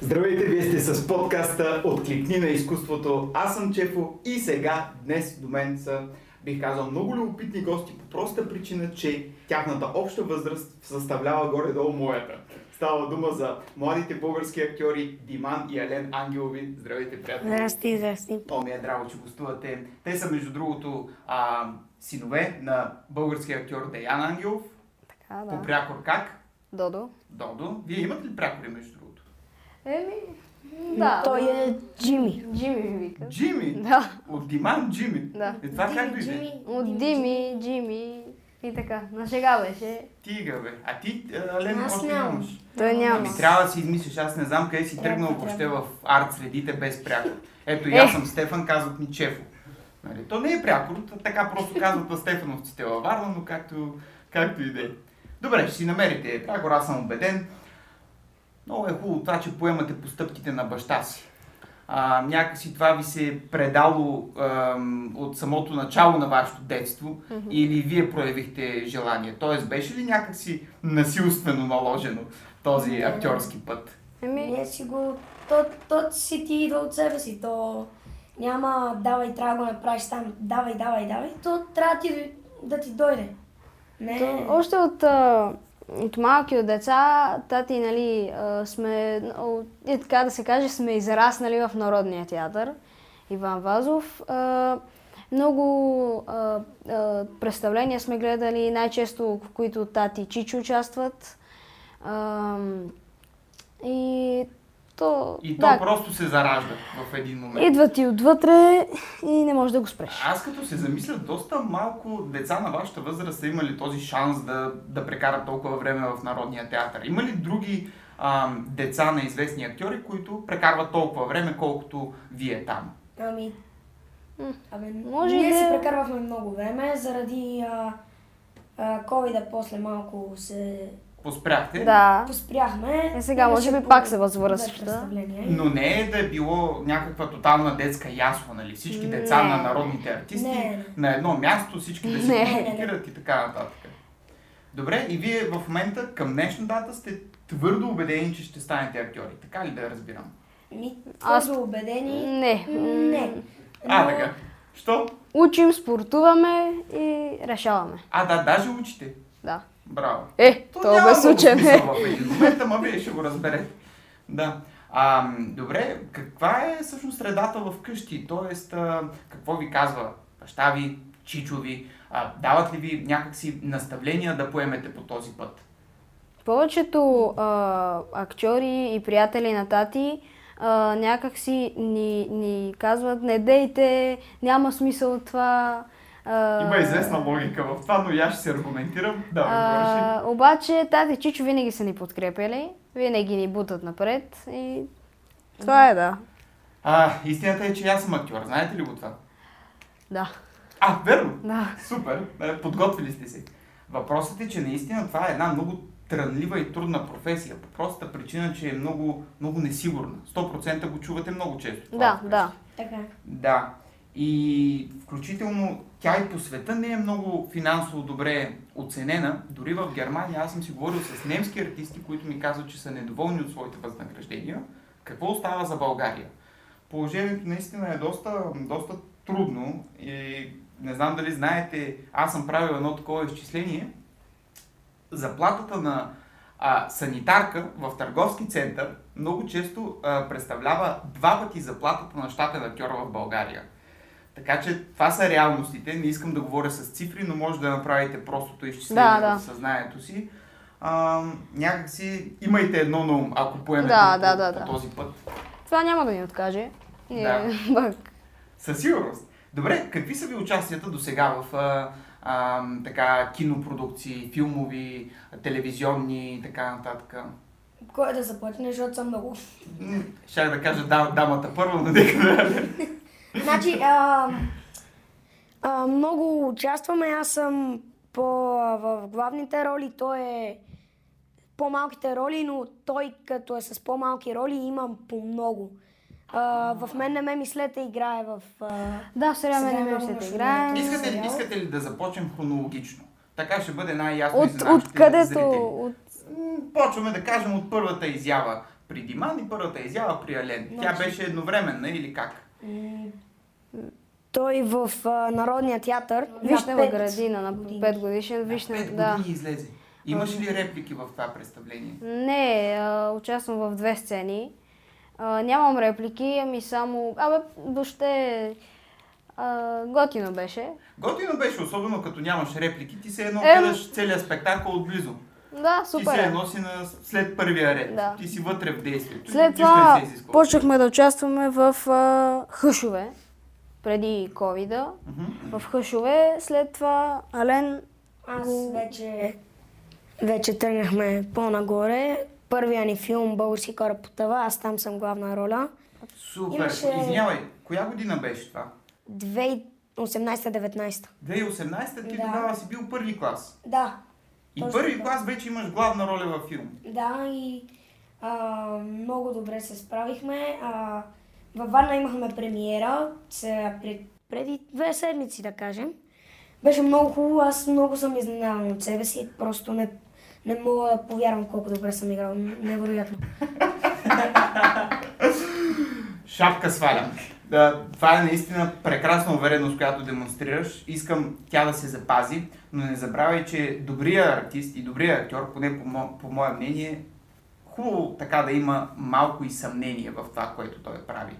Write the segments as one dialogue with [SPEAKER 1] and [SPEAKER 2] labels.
[SPEAKER 1] Здравейте, вие сте с подкаста Откликни на изкуството. Аз съм Чефо и сега, днес до мен са, бих казал, много любопитни гости по проста причина, че тяхната обща възраст съставлява горе-долу моята. Става дума за младите български актьори Диман и Ален Ангелови. Здравейте, приятели!
[SPEAKER 2] Здрасти, здрасти.
[SPEAKER 1] Много ми е драго, че гостувате. Те са, между другото, а, синове на българския актьор Деян Ангелов,
[SPEAKER 3] Така,
[SPEAKER 1] по
[SPEAKER 3] да.
[SPEAKER 1] прякор как?
[SPEAKER 3] Додо.
[SPEAKER 1] Додо. Вие имате ли прякори, между другото?
[SPEAKER 3] Еми, да.
[SPEAKER 2] Той е Джими.
[SPEAKER 3] Джими ми вика.
[SPEAKER 1] Джими!
[SPEAKER 3] Да.
[SPEAKER 1] От Диман Джими.
[SPEAKER 3] Да.
[SPEAKER 1] Е, това как дойде?
[SPEAKER 3] От Дими, Джими и така. На шега беше.
[SPEAKER 1] Тига, бе. А ти, е, а, Лен,
[SPEAKER 4] Аз
[SPEAKER 1] какво
[SPEAKER 4] нямам.
[SPEAKER 1] имаш?
[SPEAKER 3] Той няма.
[SPEAKER 1] Ами трябва да си измислиш, аз не знам къде си
[SPEAKER 2] Трябва,
[SPEAKER 1] тръгнал
[SPEAKER 2] трябва.
[SPEAKER 1] въобще в арт средите без прякор. Ето и
[SPEAKER 3] Е.
[SPEAKER 1] аз съм Стефан, казват ми Чефо. Нали? То не е прякор, т- така просто казват на Стефановците във Варна, но както, както и да е. Добре, ще си намерите прякор, аз съм убеден. Много е хубаво това, че поемате постъпките на баща си. А, някакси това ви се е предало ам, от самото начало на вашето детство или вие проявихте желание? Тоест, беше ли някакси насилствено наложено този актьорски път?
[SPEAKER 3] Еми,
[SPEAKER 4] Ние си го... То, то си ти идва от себе си, то няма давай, трябва да го направиш сам, давай, давай, давай, то трябва ти, да ти дойде. Не,
[SPEAKER 1] Е.
[SPEAKER 3] то- още от, а, от малки от деца, тати, нали, а, сме, о, е така да се каже, сме израснали в Народния театър. Иван Вазов. А, много а, а, представления сме гледали, най-често в които тати и чичи участват. А, и то,
[SPEAKER 1] И то
[SPEAKER 3] да,
[SPEAKER 1] просто се заражда в един момент.
[SPEAKER 3] идва ти отвътре и не можеш да го спреш.
[SPEAKER 1] Аз като се замисля, доста малко деца на вашата възраст са имали този шанс да, да прекарат толкова време в Народния театър. Има ли други ам, деца на известни актьори, които прекарват толкова време, колкото вие там?
[SPEAKER 4] Ами...
[SPEAKER 3] М.
[SPEAKER 4] Абе,
[SPEAKER 3] Може
[SPEAKER 4] ние
[SPEAKER 3] да- е.
[SPEAKER 4] си прекарвахме много време, заради а, а, COVID-а после малко се
[SPEAKER 1] Поспряхте?
[SPEAKER 3] Да.
[SPEAKER 4] поспряхме.
[SPEAKER 3] Е, сега може
[SPEAKER 4] Имаше
[SPEAKER 3] би пак
[SPEAKER 4] по-
[SPEAKER 3] се възвръща.
[SPEAKER 4] две представления.
[SPEAKER 1] Но не е да е било някаква тотална детска ясла, нали? Всички деца
[SPEAKER 3] Не.
[SPEAKER 1] на народните артисти
[SPEAKER 4] Не.
[SPEAKER 1] на едно място, всички да се
[SPEAKER 3] Не.
[SPEAKER 1] комуникират и така нататък. Добре, и вие в момента към днешна дата сте твърдо убедени, че ще станете актьори. Така ли да разбирам?
[SPEAKER 4] Ми,
[SPEAKER 3] Аз-
[SPEAKER 4] Аз... Ами, убедени.
[SPEAKER 3] Не.
[SPEAKER 4] М, Не.
[SPEAKER 1] А,
[SPEAKER 4] Но-
[SPEAKER 1] бега. Що?
[SPEAKER 3] Учим, спортуваме и решаваме.
[SPEAKER 1] А, да, даже учите.
[SPEAKER 3] Да.
[SPEAKER 1] Браво.
[SPEAKER 3] Е,
[SPEAKER 1] То
[SPEAKER 3] то
[SPEAKER 1] няма
[SPEAKER 3] бе случен
[SPEAKER 1] много
[SPEAKER 3] е.
[SPEAKER 1] смисъл в един момент, ама вие ще го разберете. Да. А, м, добре, каква е всъщност средата в къщи? Тоест, а, какво ви казва баща ви, чичо ви? А, дават ли ви някакси наставления да поемете по този път?
[SPEAKER 3] Повечето а, актьори и приятели на тати а, някак си ни, ни казват не дейте, няма смисъл от това. А,
[SPEAKER 1] логика в това, но и аз ще се аргументирам. Да,
[SPEAKER 3] А, обаче тати и чичо винаги са ни подкрепяли, винаги ни бутат напред и това е да.
[SPEAKER 1] а, истината е, че аз съм актьор. Знаете ли го това?
[SPEAKER 3] Да,
[SPEAKER 1] А, верно!
[SPEAKER 3] да.
[SPEAKER 1] Супер, Е, подготвили сте се. Въпросът е, че наистина това е една много трънлива и трудна професия. По простата причина, че е много, много несигурна. 100% го чувате много често. това
[SPEAKER 3] Да,
[SPEAKER 1] вкъщи.
[SPEAKER 3] да.
[SPEAKER 4] Така.
[SPEAKER 1] Да. И включително тя и по света не е много финансово добре оценена. Дори в Германия аз съм си говорил с немски артисти, които ми казват, че са недоволни от своите възнаграждения. Какво остава за България? Положението наистина е доста, доста трудно и не знам дали знаете, аз съм правил едно такова изчисление. Заплатата на а, санитарка в търговски център много често а, представлява два пъти заплатата на щатен актьор в България. Така че това са реалностите. Не искам да говоря с цифри, но може да направите простото изчисление
[SPEAKER 3] Да, да.
[SPEAKER 1] в съзнанието си. А, някакси имайте едно на ум, ако поемете
[SPEAKER 3] Да,
[SPEAKER 1] по,
[SPEAKER 3] да, да,
[SPEAKER 1] по
[SPEAKER 3] да.
[SPEAKER 1] този път.
[SPEAKER 3] Това няма да ни откаже. Ние
[SPEAKER 1] Да.
[SPEAKER 3] пък
[SPEAKER 1] Със сигурност. Добре, какви са ви участията до сега в а, а, така, кинопродукции, филмови, телевизионни и така нататък?
[SPEAKER 4] Кой е да започне, защото съм много.
[SPEAKER 1] М, Щях да кажа да, дамата първа, но нека да...
[SPEAKER 4] Значи, а, а, много участваме. Аз съм по, в главните роли. Той е по-малките роли, но той като е с по-малки роли, имам по много. А, в мен не ме мислете играе в... А...
[SPEAKER 3] Да, все време
[SPEAKER 4] Сега
[SPEAKER 3] не
[SPEAKER 4] много
[SPEAKER 3] ще да
[SPEAKER 4] мъжове.
[SPEAKER 3] играем.
[SPEAKER 1] Искате ли, искате ли да започнем хронологично? Така ще бъде най-ясно и
[SPEAKER 3] От,
[SPEAKER 1] за нашите
[SPEAKER 3] от където?
[SPEAKER 1] зрители.
[SPEAKER 3] От...
[SPEAKER 1] М, Почваме да кажем от първата изява. при Диман и първата изява при Ален.
[SPEAKER 3] Значи-
[SPEAKER 1] Тя беше едновременна или как?
[SPEAKER 4] Той в а, Народния театър.
[SPEAKER 3] Вишнева
[SPEAKER 4] пет
[SPEAKER 3] градина на
[SPEAKER 4] години.
[SPEAKER 3] 5 годишен.
[SPEAKER 1] Пет
[SPEAKER 3] Вишне,
[SPEAKER 1] години
[SPEAKER 3] да.
[SPEAKER 1] излезе. Имаш ли реплики в това представление?
[SPEAKER 3] Не, а, участвам в две сцени. А, нямам реплики, ами само... Абе, въобще... А, готино беше.
[SPEAKER 1] Готино беше, особено като нямаш реплики, ти се едно
[SPEAKER 3] Е,
[SPEAKER 1] гледаш целият спектакъл отблизо.
[SPEAKER 3] Да,
[SPEAKER 1] Ти
[SPEAKER 3] супер.
[SPEAKER 1] се
[SPEAKER 3] е.
[SPEAKER 1] носи на след първия ред.
[SPEAKER 3] Да.
[SPEAKER 1] Ти си вътре в действието.
[SPEAKER 3] След
[SPEAKER 1] Нищо не
[SPEAKER 3] това
[SPEAKER 1] се изисква.
[SPEAKER 3] почнахме да участваме в а, хъшове, преди ковида.
[SPEAKER 1] Мгм.
[SPEAKER 3] В хъшове, след това Ален...
[SPEAKER 4] Аз вече, вече тръгнахме по-нагоре. Първия ни филм Български кора по тъва, аз там съм главна роля.
[SPEAKER 1] Супер.
[SPEAKER 4] Имаше-
[SPEAKER 1] Извинявай, коя година беше това?
[SPEAKER 4] 2018-19.
[SPEAKER 1] 2018 ти
[SPEAKER 4] Да.
[SPEAKER 1] тогава си бил първи клас.
[SPEAKER 4] Да,
[SPEAKER 1] И
[SPEAKER 4] Точно
[SPEAKER 1] първи
[SPEAKER 4] така.
[SPEAKER 1] клас вече имаш главна роля във филм.
[SPEAKER 4] да и а, много добре се справихме. А, във Варна имахме премиера се, пред, преди две седмици, да кажем. Беше много хубаво, аз много съм изненадан от себе си. Просто не, не мога да повярвам колко добре съм играл. Невероятно.
[SPEAKER 1] Шапка свалям. Да, това е наистина прекрасна увереност, която демонстрираш. Искам тя да се запази, но не забравяй, че добрия артист и добрия актьор, поне по, мо, по мое мнение, хубаво така да има малко и съмнение в това, което той прави.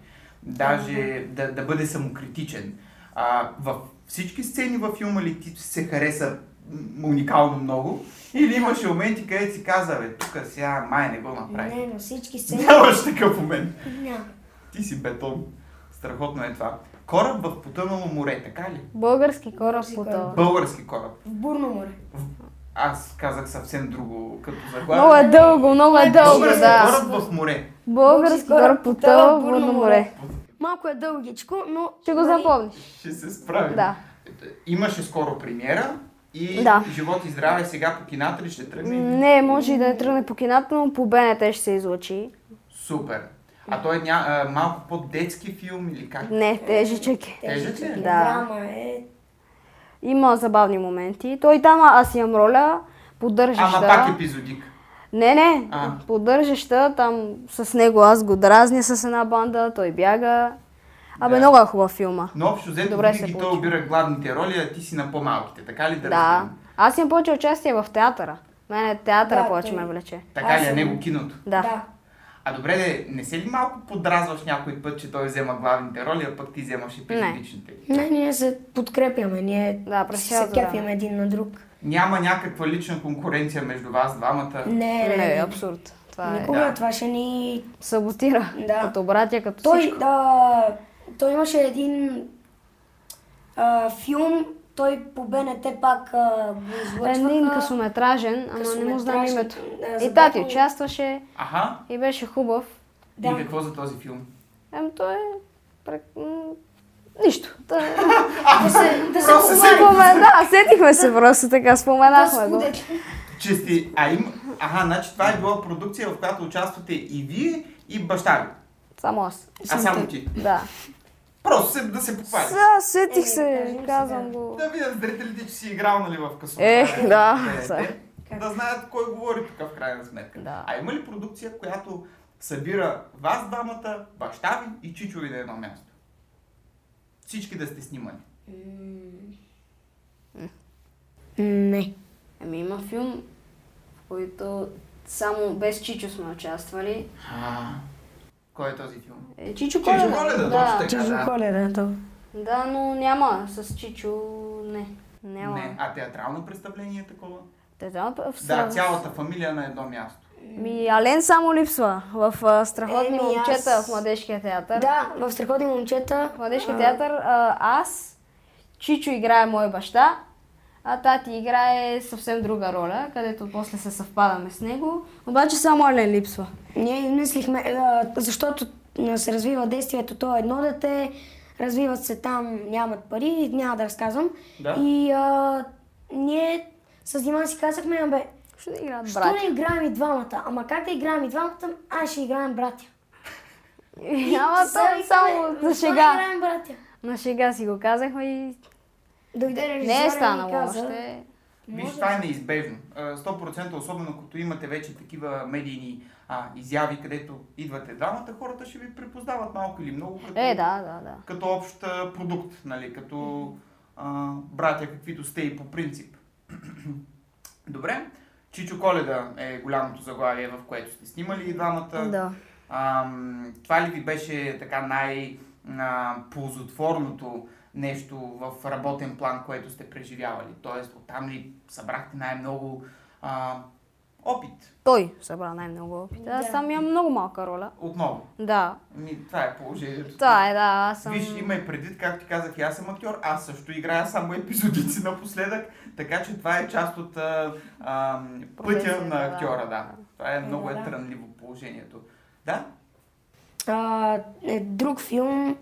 [SPEAKER 1] Даже да, да бъде самокритичен. А, в всички сцени във филма ли ти се хареса м, уникално много? Или имаше моменти, където си каза, бе, тук сега май не го направи.
[SPEAKER 4] Не, на всички сцени.
[SPEAKER 1] Нямаш такъв момент.
[SPEAKER 4] Няма.
[SPEAKER 1] Ти си бетон. Страхотно е това. Кораб в потънало море, така ли?
[SPEAKER 3] Български кораб
[SPEAKER 4] Български
[SPEAKER 3] по
[SPEAKER 4] кораб.
[SPEAKER 3] това.
[SPEAKER 1] Български кораб.
[SPEAKER 4] В Бурно море.
[SPEAKER 1] Аз казах съвсем друго като
[SPEAKER 3] Много
[SPEAKER 1] заглавие.
[SPEAKER 3] е дълго, много е дълго,
[SPEAKER 1] Български
[SPEAKER 3] да.
[SPEAKER 1] кораб в море.
[SPEAKER 3] Български кораб по това, бурно море. Нали?
[SPEAKER 4] Малко е дългичко, но...
[SPEAKER 3] Ще го запомниш.
[SPEAKER 1] Ще се справим.
[SPEAKER 3] Да.
[SPEAKER 1] Имаше скоро премиера и
[SPEAKER 3] Да.
[SPEAKER 1] живот и здраве сега по кината ли ще тръгне?
[SPEAKER 3] Не, може и да не тръгне по кината, но по БНТ ще се излъчи.
[SPEAKER 1] Супер. А той е ня... а, малко по-детски филм или как?
[SPEAKER 3] Не, тежичък е.
[SPEAKER 1] Тежък ли е?
[SPEAKER 3] Да.
[SPEAKER 4] Драма е...
[SPEAKER 3] Има забавни моменти. Той там а- аз имам роля, поддържаща.
[SPEAKER 1] Ама пак е епизодик.
[SPEAKER 3] Не, не,
[SPEAKER 1] А.
[SPEAKER 3] поддържаща, там с него аз го дразня с една банда, той бяга. Абе,
[SPEAKER 1] Да.
[SPEAKER 3] много е хубав филма.
[SPEAKER 1] Но общо взето
[SPEAKER 3] Добре се
[SPEAKER 1] винаги той
[SPEAKER 3] получи.
[SPEAKER 1] обира главните роли, а ти си на по-малките, така ли да,
[SPEAKER 3] Да.
[SPEAKER 1] разбирам?
[SPEAKER 3] Аз имам повече участие в театъра. Мене театъра
[SPEAKER 4] Да,
[SPEAKER 3] повече
[SPEAKER 4] той-
[SPEAKER 3] ме влече.
[SPEAKER 1] Така ли, а
[SPEAKER 4] Аз-
[SPEAKER 1] него киното?
[SPEAKER 3] Да.
[SPEAKER 1] А добре, де, не се ли малко подразваш някой път, че той взема главните роли, а пък ти вземаш епизодичните?
[SPEAKER 4] Не, ние се подкрепяме, ние
[SPEAKER 3] Да, през
[SPEAKER 4] се
[SPEAKER 3] цялото
[SPEAKER 4] кефим
[SPEAKER 3] време.
[SPEAKER 4] един на друг.
[SPEAKER 1] Няма някаква лична конкуренция между вас двамата?
[SPEAKER 4] Не, не,
[SPEAKER 3] Не,
[SPEAKER 4] не.
[SPEAKER 3] абсурд. Това е.
[SPEAKER 4] Никога
[SPEAKER 1] Да.
[SPEAKER 4] това ще ни...
[SPEAKER 3] Саботира.
[SPEAKER 4] Да.
[SPEAKER 3] Като братя, като
[SPEAKER 4] Той,
[SPEAKER 3] всичко.
[SPEAKER 4] да, той имаше един а, филм, той по БНТ пак а, го излъчваха.
[SPEAKER 3] Един Е, късометражен, ама не му знам
[SPEAKER 4] късометражен,
[SPEAKER 3] името.
[SPEAKER 4] а,
[SPEAKER 3] И тати
[SPEAKER 4] забравям.
[SPEAKER 3] участваше
[SPEAKER 1] Аха.
[SPEAKER 3] и беше хубав.
[SPEAKER 4] Да.
[SPEAKER 1] И какво за този филм?
[SPEAKER 3] Ем, той е... прек- м, Нищо. Той е...
[SPEAKER 4] Да се, да се
[SPEAKER 1] Просто се-
[SPEAKER 4] помага.
[SPEAKER 3] Спомен, да, сетихме се просто така, споменахме го.
[SPEAKER 4] Господи.
[SPEAKER 1] Чести. А им... Аха, значи това е била продукция, в която участвате и вие, и баща ви.
[SPEAKER 3] Само аз.
[SPEAKER 1] А само ти.
[SPEAKER 3] Да.
[SPEAKER 1] Просто се, да се похвали.
[SPEAKER 3] Да, сетих
[SPEAKER 4] Е,
[SPEAKER 3] се,
[SPEAKER 4] кажем
[SPEAKER 3] казвам
[SPEAKER 4] сега.
[SPEAKER 3] го.
[SPEAKER 1] Да видят зрителите, че си играл, нали, в късо.
[SPEAKER 3] Е, да, са.
[SPEAKER 1] Да знаят кой говори тук в крайна сметка.
[SPEAKER 3] Да.
[SPEAKER 1] А има ли продукция, която събира вас двамата, баща ви и чичо ви на едно място? Всички да сте снимани.
[SPEAKER 4] Не.
[SPEAKER 3] Ами има филм, в който само без Чичо сме участвали.
[SPEAKER 1] Кой е този филм?
[SPEAKER 3] Е, Чичо
[SPEAKER 1] Чичо
[SPEAKER 3] Коледа.
[SPEAKER 1] Коледа,
[SPEAKER 3] да.
[SPEAKER 1] точно така.
[SPEAKER 4] Чужо
[SPEAKER 1] да.
[SPEAKER 4] коледа, то.
[SPEAKER 3] да, но няма с Чичо, не. Няма.
[SPEAKER 1] Не. А театрално представление е такова?
[SPEAKER 3] Те там
[SPEAKER 1] Да,
[SPEAKER 3] в са-
[SPEAKER 1] цялата фамилия на едно място.
[SPEAKER 3] Ми Ален само липсва в а, страхотни
[SPEAKER 4] Еми, аз-
[SPEAKER 3] момчета в Младежкия театър.
[SPEAKER 4] Да, в страхотни момчета.
[SPEAKER 3] В Младежкия театър а, аз, Чичо играе мой баща, а тати играе съвсем друга роля, където после се съвпадаме с него. Обаче само Ален липсва.
[SPEAKER 4] Ние измислихме, а, защото а, се развива действието, то е едно дете, развиват се там, нямат пари, няма да разказвам.
[SPEAKER 1] Да.
[SPEAKER 4] И а, ние с Диман си казахме, абе,
[SPEAKER 3] Ще да играят
[SPEAKER 4] що
[SPEAKER 3] брати.
[SPEAKER 4] не играем и двамата? Ама как да играем и двамата? Аз ще играем братя.
[SPEAKER 3] Няма там само
[SPEAKER 4] викаме, «Защо
[SPEAKER 3] на
[SPEAKER 4] не
[SPEAKER 3] шега.
[SPEAKER 4] играем братя.
[SPEAKER 3] На шега си го казахме и
[SPEAKER 4] Дойде режисьора
[SPEAKER 3] не е
[SPEAKER 4] и
[SPEAKER 3] станало
[SPEAKER 4] каза,
[SPEAKER 3] още.
[SPEAKER 1] Виж, това е неизбежно. А, 100% особено като имате вече такива медийни а, изяви, където идвате двамата, хората ще ви препознават малко или много като,
[SPEAKER 3] Е, да, да, да.
[SPEAKER 1] като общ а, продукт, нали, като а, братя, каквито сте и по принцип. Добре. Чичо Коледа е голямото заглавие, в което сте снимали и двамата.
[SPEAKER 3] Да.
[SPEAKER 1] Ам, това ли ви беше така най-ползотворното нещо в работен план, което сте преживявали? Тоест, оттам ли събрахте най-много а, опит?
[SPEAKER 3] Той събра най-много опит. Аз
[SPEAKER 4] Да.
[SPEAKER 3] там имам много малка роля.
[SPEAKER 1] Отново.
[SPEAKER 3] Да.
[SPEAKER 1] Ми, това е положението.
[SPEAKER 3] Това е, да, аз съм...
[SPEAKER 1] Виж, има и предвид, както ти казах, и аз съм актьор, аз също играя само епизодици напоследък, така че това е част от а, а, пътя
[SPEAKER 3] Професията,
[SPEAKER 1] на
[SPEAKER 3] да.
[SPEAKER 1] актьора, да. Това е много е
[SPEAKER 4] да.
[SPEAKER 1] трънливо положението. Да?
[SPEAKER 4] А, е, друг филм,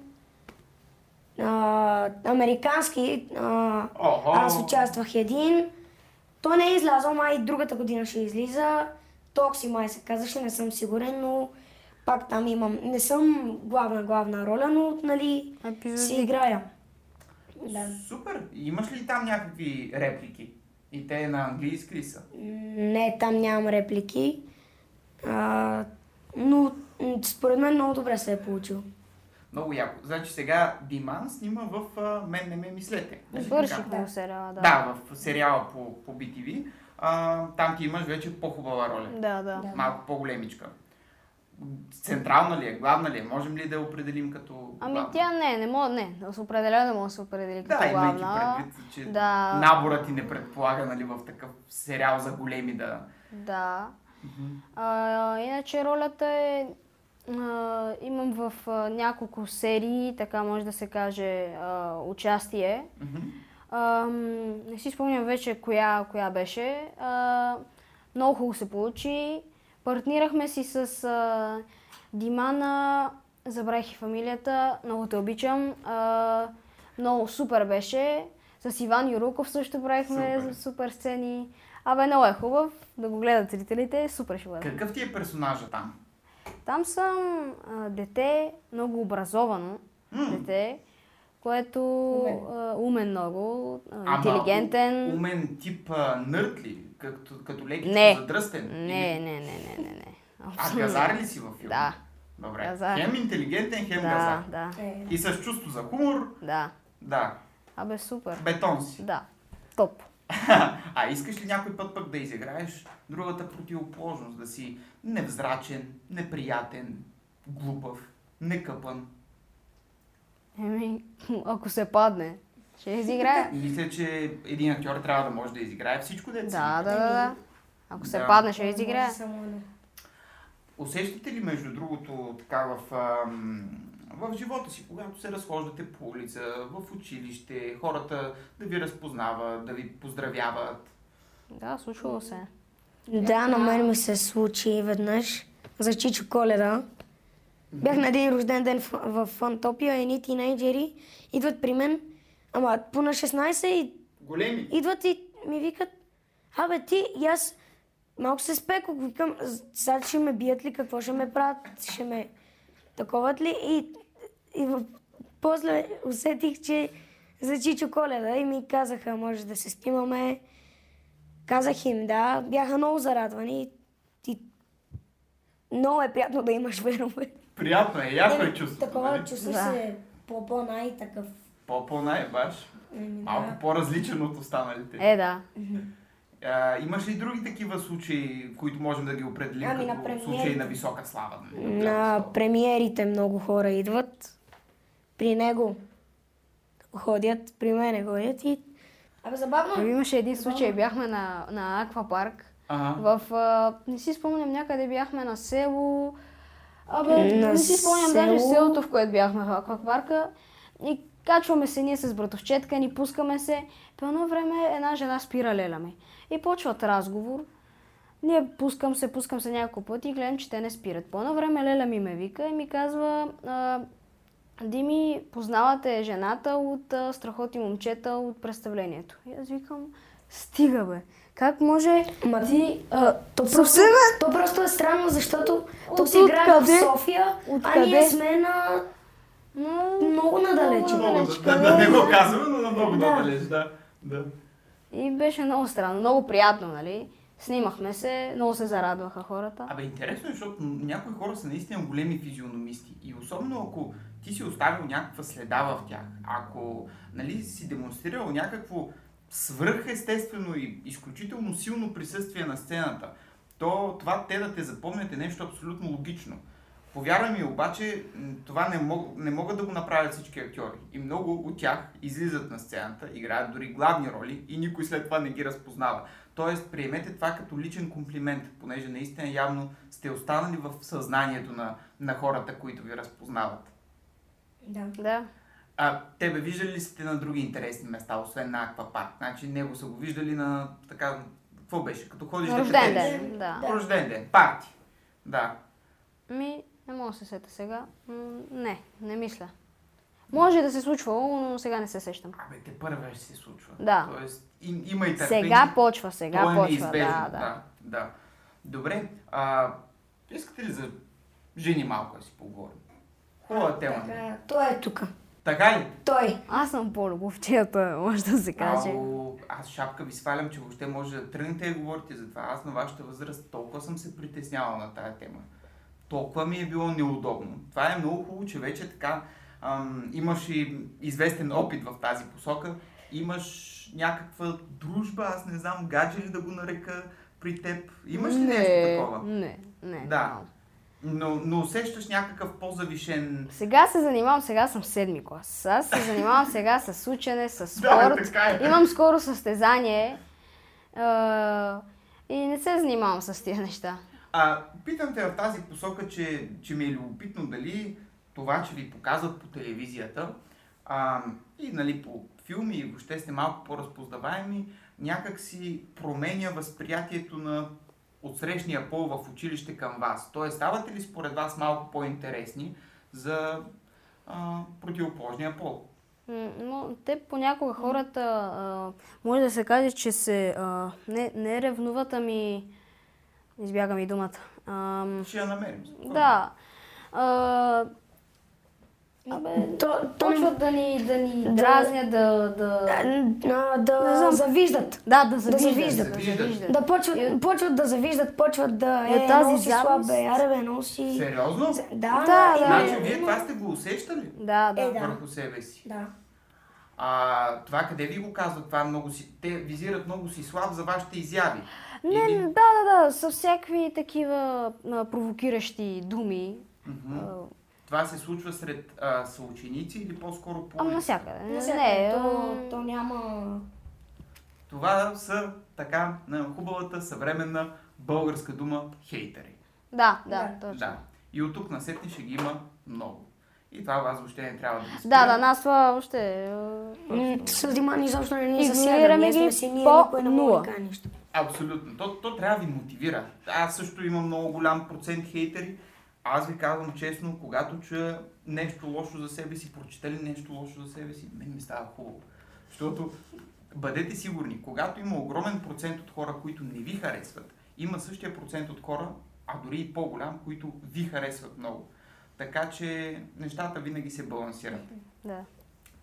[SPEAKER 4] а, американски, а,
[SPEAKER 1] Охо!
[SPEAKER 4] Аз участвах един. Той не е излязъл, май другата година ще излиза. Токси май се казваше, не съм сигурен, но пак там имам. Не съм главна, главна роля, но нали си
[SPEAKER 3] Епизоди.
[SPEAKER 4] играя. Да.
[SPEAKER 1] Супер! Имаш ли там някакви реплики? И те на английски ли са?
[SPEAKER 4] Не, там нямам реплики. А, но м, според мен много добре се е получил.
[SPEAKER 1] Много яко. Значи сега Диман снима в а, Мен не ме мислете. Нали така?
[SPEAKER 3] Вършихме му сериала, да.
[SPEAKER 1] Да, в сериала по, по BTV. А, там ти имаш вече по-хубава роля.
[SPEAKER 3] Да, да.
[SPEAKER 1] Малко по-големичка. Централна ли е? Главна ли е? Можем ли да я определим като
[SPEAKER 3] Ами
[SPEAKER 1] главна?
[SPEAKER 3] тя не, не мога, не, да се определя, не мога да се определи като
[SPEAKER 1] Да, имайки
[SPEAKER 3] главна.
[SPEAKER 1] предвид, че
[SPEAKER 3] Да.
[SPEAKER 1] наборът ти не предполага нали, в такъв сериал за големи да...
[SPEAKER 3] Да. А, иначе ролята е... А, имам в а, няколко серии, така може да се каже, а, участие.
[SPEAKER 1] Мгм.
[SPEAKER 3] Ам, не си спомням вече коя, коя беше. А, много хубаво се получи. Партнирахме си с а, Димана, забравих и фамилията, много те обичам. А, много супер беше. С Иван Юруков също правихме
[SPEAKER 1] Супер.
[SPEAKER 3] супер, сцени. Абе, много е хубав да го гледат зрителите, супер ще бъде.
[SPEAKER 1] Какъв ти е персонажа там?
[SPEAKER 3] Там съм а, дете, много образовано
[SPEAKER 1] М.
[SPEAKER 3] дете, което
[SPEAKER 4] Умен.
[SPEAKER 3] а, умен много, а,
[SPEAKER 1] Ама, у-
[SPEAKER 3] интелигентен.
[SPEAKER 1] Умен тип а, нърд ли? Като, като леки
[SPEAKER 3] Не.
[SPEAKER 1] задръстен?
[SPEAKER 3] Не,
[SPEAKER 1] Или-
[SPEAKER 3] не, не, не, не, не.
[SPEAKER 1] А
[SPEAKER 3] Абсолютно.
[SPEAKER 1] газар ли си във филма?
[SPEAKER 3] Да.
[SPEAKER 1] Добре.
[SPEAKER 3] Газар.
[SPEAKER 1] Хем интелигентен, хем
[SPEAKER 3] Да,
[SPEAKER 1] газар.
[SPEAKER 3] да,
[SPEAKER 4] Е,
[SPEAKER 1] И с чувство за хумор,
[SPEAKER 3] да.
[SPEAKER 1] да.
[SPEAKER 3] Абе, супер.
[SPEAKER 1] Бетон си.
[SPEAKER 3] Да. Топ.
[SPEAKER 1] а искаш ли някой път пък да изиграеш другата противоположност? Да си невзрачен, неприятен, глупав, некъпан.
[SPEAKER 3] Еми, ако се падне, ще изиграе.
[SPEAKER 1] И мисля, че един актьор трябва да може да изиграе всичко деца.
[SPEAKER 3] Да, да, да, да. Ако се
[SPEAKER 1] Да.
[SPEAKER 3] падне, ще изиграе.
[SPEAKER 4] може само едно.
[SPEAKER 1] Усещате ли между другото така в, ам, в живота си, когато се разхождате по улица, в училище, хората да ви разпознават, да ви поздравяват?
[SPEAKER 3] Да, случвало се.
[SPEAKER 4] Да, на мен ми се случи веднъж за Чичо Коледа. Бях на един рожден ден в, в Фантопия, едни тинейджери идват при мен, ама по на 16 и
[SPEAKER 1] Големи?
[SPEAKER 4] идват и ми викат, абе ти, и аз малко се спеко, викам, «З- сега ще ме бият ли, какво ще ме правят, ще ме таковат ли и, и в- после усетих, че за Чичо Коледа и ми казаха, може да се снимаме. Казах им да, бяха много зарадвани. Ти... Много е приятно да имаш верове.
[SPEAKER 1] Приятно е, яко е чувството. нали?
[SPEAKER 4] чувстваш
[SPEAKER 3] Да.
[SPEAKER 4] се по-по-най е такъв.
[SPEAKER 1] По- По-най е баш. Малко по-различен от останалите.
[SPEAKER 3] Е, да.
[SPEAKER 1] А, имаш ли други такива случаи, които можем да ги определим
[SPEAKER 4] Ами,
[SPEAKER 1] като
[SPEAKER 4] на премиери.
[SPEAKER 1] случаи на висока слава? нали? На голяма
[SPEAKER 4] На
[SPEAKER 1] слава?
[SPEAKER 4] премиерите много хора идват. При него ходят, при мене ходят и... Абе, забавно.
[SPEAKER 3] Имаше един случай, бяхме на, на аквапарк.
[SPEAKER 1] Ага.
[SPEAKER 3] В, а, не си спомням, някъде бяхме на село. Абе,
[SPEAKER 4] На
[SPEAKER 3] не си спомням даже
[SPEAKER 4] село?
[SPEAKER 3] селото, в което бяхме в аквапарка. И качваме се ние с братовчетка, ни пускаме се. По едно време една жена спира леля ми. И почват разговор. Ние пускам се, пускам се няколко пъти и гледам, че те не спират. По едно време Леля ми ме вика и ми казва, а, Дими, познавате жената от а, страхоти момчета от представлението. И аз викам, стига бе, как може
[SPEAKER 4] Ма
[SPEAKER 3] ти...
[SPEAKER 4] А, то, просто,
[SPEAKER 3] Съвсем
[SPEAKER 4] то просто е странно, защото тук
[SPEAKER 3] От-
[SPEAKER 4] си играем в
[SPEAKER 3] откъде?
[SPEAKER 4] София, а
[SPEAKER 3] Откъде?
[SPEAKER 4] ние сме на
[SPEAKER 3] Но...
[SPEAKER 4] много надалече.
[SPEAKER 1] Много да, да, да, не го казваме, но на много да. далеч, да. да.
[SPEAKER 3] И беше много странно, много приятно, нали? Снимахме се, много се зарадваха хората.
[SPEAKER 1] Абе, интересно е, защото някои хора са наистина големи физиономисти. И особено ако ти си оставил някаква следа в тях, ако нали, си демонстрирал някакво свръхестествено и изключително силно присъствие на сцената, то това те да те запомнят е нещо абсолютно логично. Повярвай ми, обаче м, това не, мог, не могат да го направят всички актьори. И много от тях излизат на сцената, играят дори главни роли и никой след това не ги разпознава. Тоест, приемете това като личен комплимент, понеже наистина явно сте останали в съзнанието на, на хората, които ви разпознават.
[SPEAKER 4] Да.
[SPEAKER 3] Да.
[SPEAKER 1] А тебе виждали ли сте на други интересни места, освен на аквапарк? Значи него са го виждали на така... Какво беше? Като ходиш да
[SPEAKER 3] Рожден
[SPEAKER 1] четеш.
[SPEAKER 3] ден, да.
[SPEAKER 4] Да.
[SPEAKER 1] Рожден ден. Парти. Да.
[SPEAKER 3] Ми, не мога да се сета сега. М, Не, не мисля. Може да се случва, но сега не се сещам.
[SPEAKER 1] Абе, те първа ще се случва.
[SPEAKER 3] Да.
[SPEAKER 1] Тоест, им, има и търпение.
[SPEAKER 3] Сега почва, сега
[SPEAKER 1] То е
[SPEAKER 3] почва.
[SPEAKER 1] неизбежно,
[SPEAKER 3] Да, да.
[SPEAKER 1] да, да. Добре, а, искате ли за жени малко да си поговорим? Хубава тема. Така,
[SPEAKER 4] Така, той е тук.
[SPEAKER 1] така ли?
[SPEAKER 4] Той.
[SPEAKER 3] Аз съм по-любовчията, може да се каже.
[SPEAKER 1] Ау, аз шапка ви свалям, че въобще може да тръгнете и говорите за това. Аз на вашата възраст толкова съм се притеснявал на тая тема. Толкова ми е било неудобно. Това е много хубаво, че вече така ам, имаш и известен опит в тази посока. Имаш някаква дружба, аз не знам, гадже ли да го нарека при теб. Имаш ли
[SPEAKER 3] не,
[SPEAKER 1] нещо такова?
[SPEAKER 3] Не, не.
[SPEAKER 1] Да.
[SPEAKER 3] нямам.
[SPEAKER 1] Но, но усещаш някакъв по-завишен...
[SPEAKER 3] Сега се занимавам, сега съм в седми клас. Аз се занимавам сега с учене, с
[SPEAKER 1] Да, бе,
[SPEAKER 3] спорт.
[SPEAKER 1] така е.
[SPEAKER 3] Имам скоро състезание. а, И не се занимавам с тия неща.
[SPEAKER 1] А, питам те в тази посока, че, че ми е любопитно дали това, че ви показват по телевизията а, и нали, по филми и въобще сте малко по-разпознаваеми, някак си променя възприятието на отсрещния пол в училище към вас. Тоест, ставате ли според вас малко по-интересни за а, противоположния пол?
[SPEAKER 3] М, Но те понякога хората, а, може да се каже, че се а, не, не ревнуват, ами избяга ми думата. Ам,
[SPEAKER 1] Ще я намерим. Спокойно.
[SPEAKER 3] да. А, абе,
[SPEAKER 4] То, то не...
[SPEAKER 3] почват да ни, да ни
[SPEAKER 4] Да.
[SPEAKER 3] дразнят, да, да,
[SPEAKER 4] А, а,
[SPEAKER 3] Не
[SPEAKER 4] да
[SPEAKER 3] знам.
[SPEAKER 4] завиждат.
[SPEAKER 3] да, да завиждат.
[SPEAKER 4] завиждат.
[SPEAKER 1] Да завиждат.
[SPEAKER 4] Да почват, почват да завиждат, почват да
[SPEAKER 3] Е,
[SPEAKER 4] е,
[SPEAKER 3] тази
[SPEAKER 4] носи слаб,
[SPEAKER 3] завист.
[SPEAKER 4] бе, аре бе, носи.
[SPEAKER 1] Сериозно?
[SPEAKER 4] Да, да,
[SPEAKER 3] Да, да.
[SPEAKER 1] Значи, вие това сте го усещали
[SPEAKER 3] Да, да.
[SPEAKER 4] Е, да.
[SPEAKER 1] върху себе си.
[SPEAKER 4] Да.
[SPEAKER 1] А това къде ви го казват? Това много си... Те визират много си слаб за вашите изяви.
[SPEAKER 3] Не,
[SPEAKER 1] Или-
[SPEAKER 3] да, да, да, са всякакви такива а, провокиращи думи.
[SPEAKER 1] Мгм.
[SPEAKER 3] А,
[SPEAKER 1] Това се случва сред а, съученици или по-скоро по
[SPEAKER 3] Ама
[SPEAKER 1] улицата?
[SPEAKER 3] навсякъде. Не, е,
[SPEAKER 4] Не, е.
[SPEAKER 3] а,
[SPEAKER 4] то, то няма...
[SPEAKER 1] Това са така на хубавата съвременна българска дума хейтери.
[SPEAKER 3] Да, да,
[SPEAKER 4] Да.
[SPEAKER 3] точно.
[SPEAKER 1] Да. И от тук насетне ще ги има много. И това вас въобще не трябва да ви
[SPEAKER 3] Да,
[SPEAKER 1] спира.
[SPEAKER 3] да, нас това още... е, а,
[SPEAKER 4] М, С внимание изобщо не ни засяга.
[SPEAKER 3] Игнорираме
[SPEAKER 4] Ние сме
[SPEAKER 3] ги
[SPEAKER 4] си ние,
[SPEAKER 3] по
[SPEAKER 4] никой не може
[SPEAKER 3] нула.
[SPEAKER 4] да каже нищо.
[SPEAKER 1] Абсолютно. То, то трябва да ви мотивира. Аз също имам много голям процент хейтери. Аз ви казвам честно, когато чуя нещо лошо за себе си, прочета ли нещо лошо за себе си, мен ми става хубаво. Защото бъдете сигурни, когато има огромен процент от хора, които не ви харесват, има същия процент от хора, а дори и по-голям, които ви харесват много. Така че нещата винаги се балансират.
[SPEAKER 3] Да.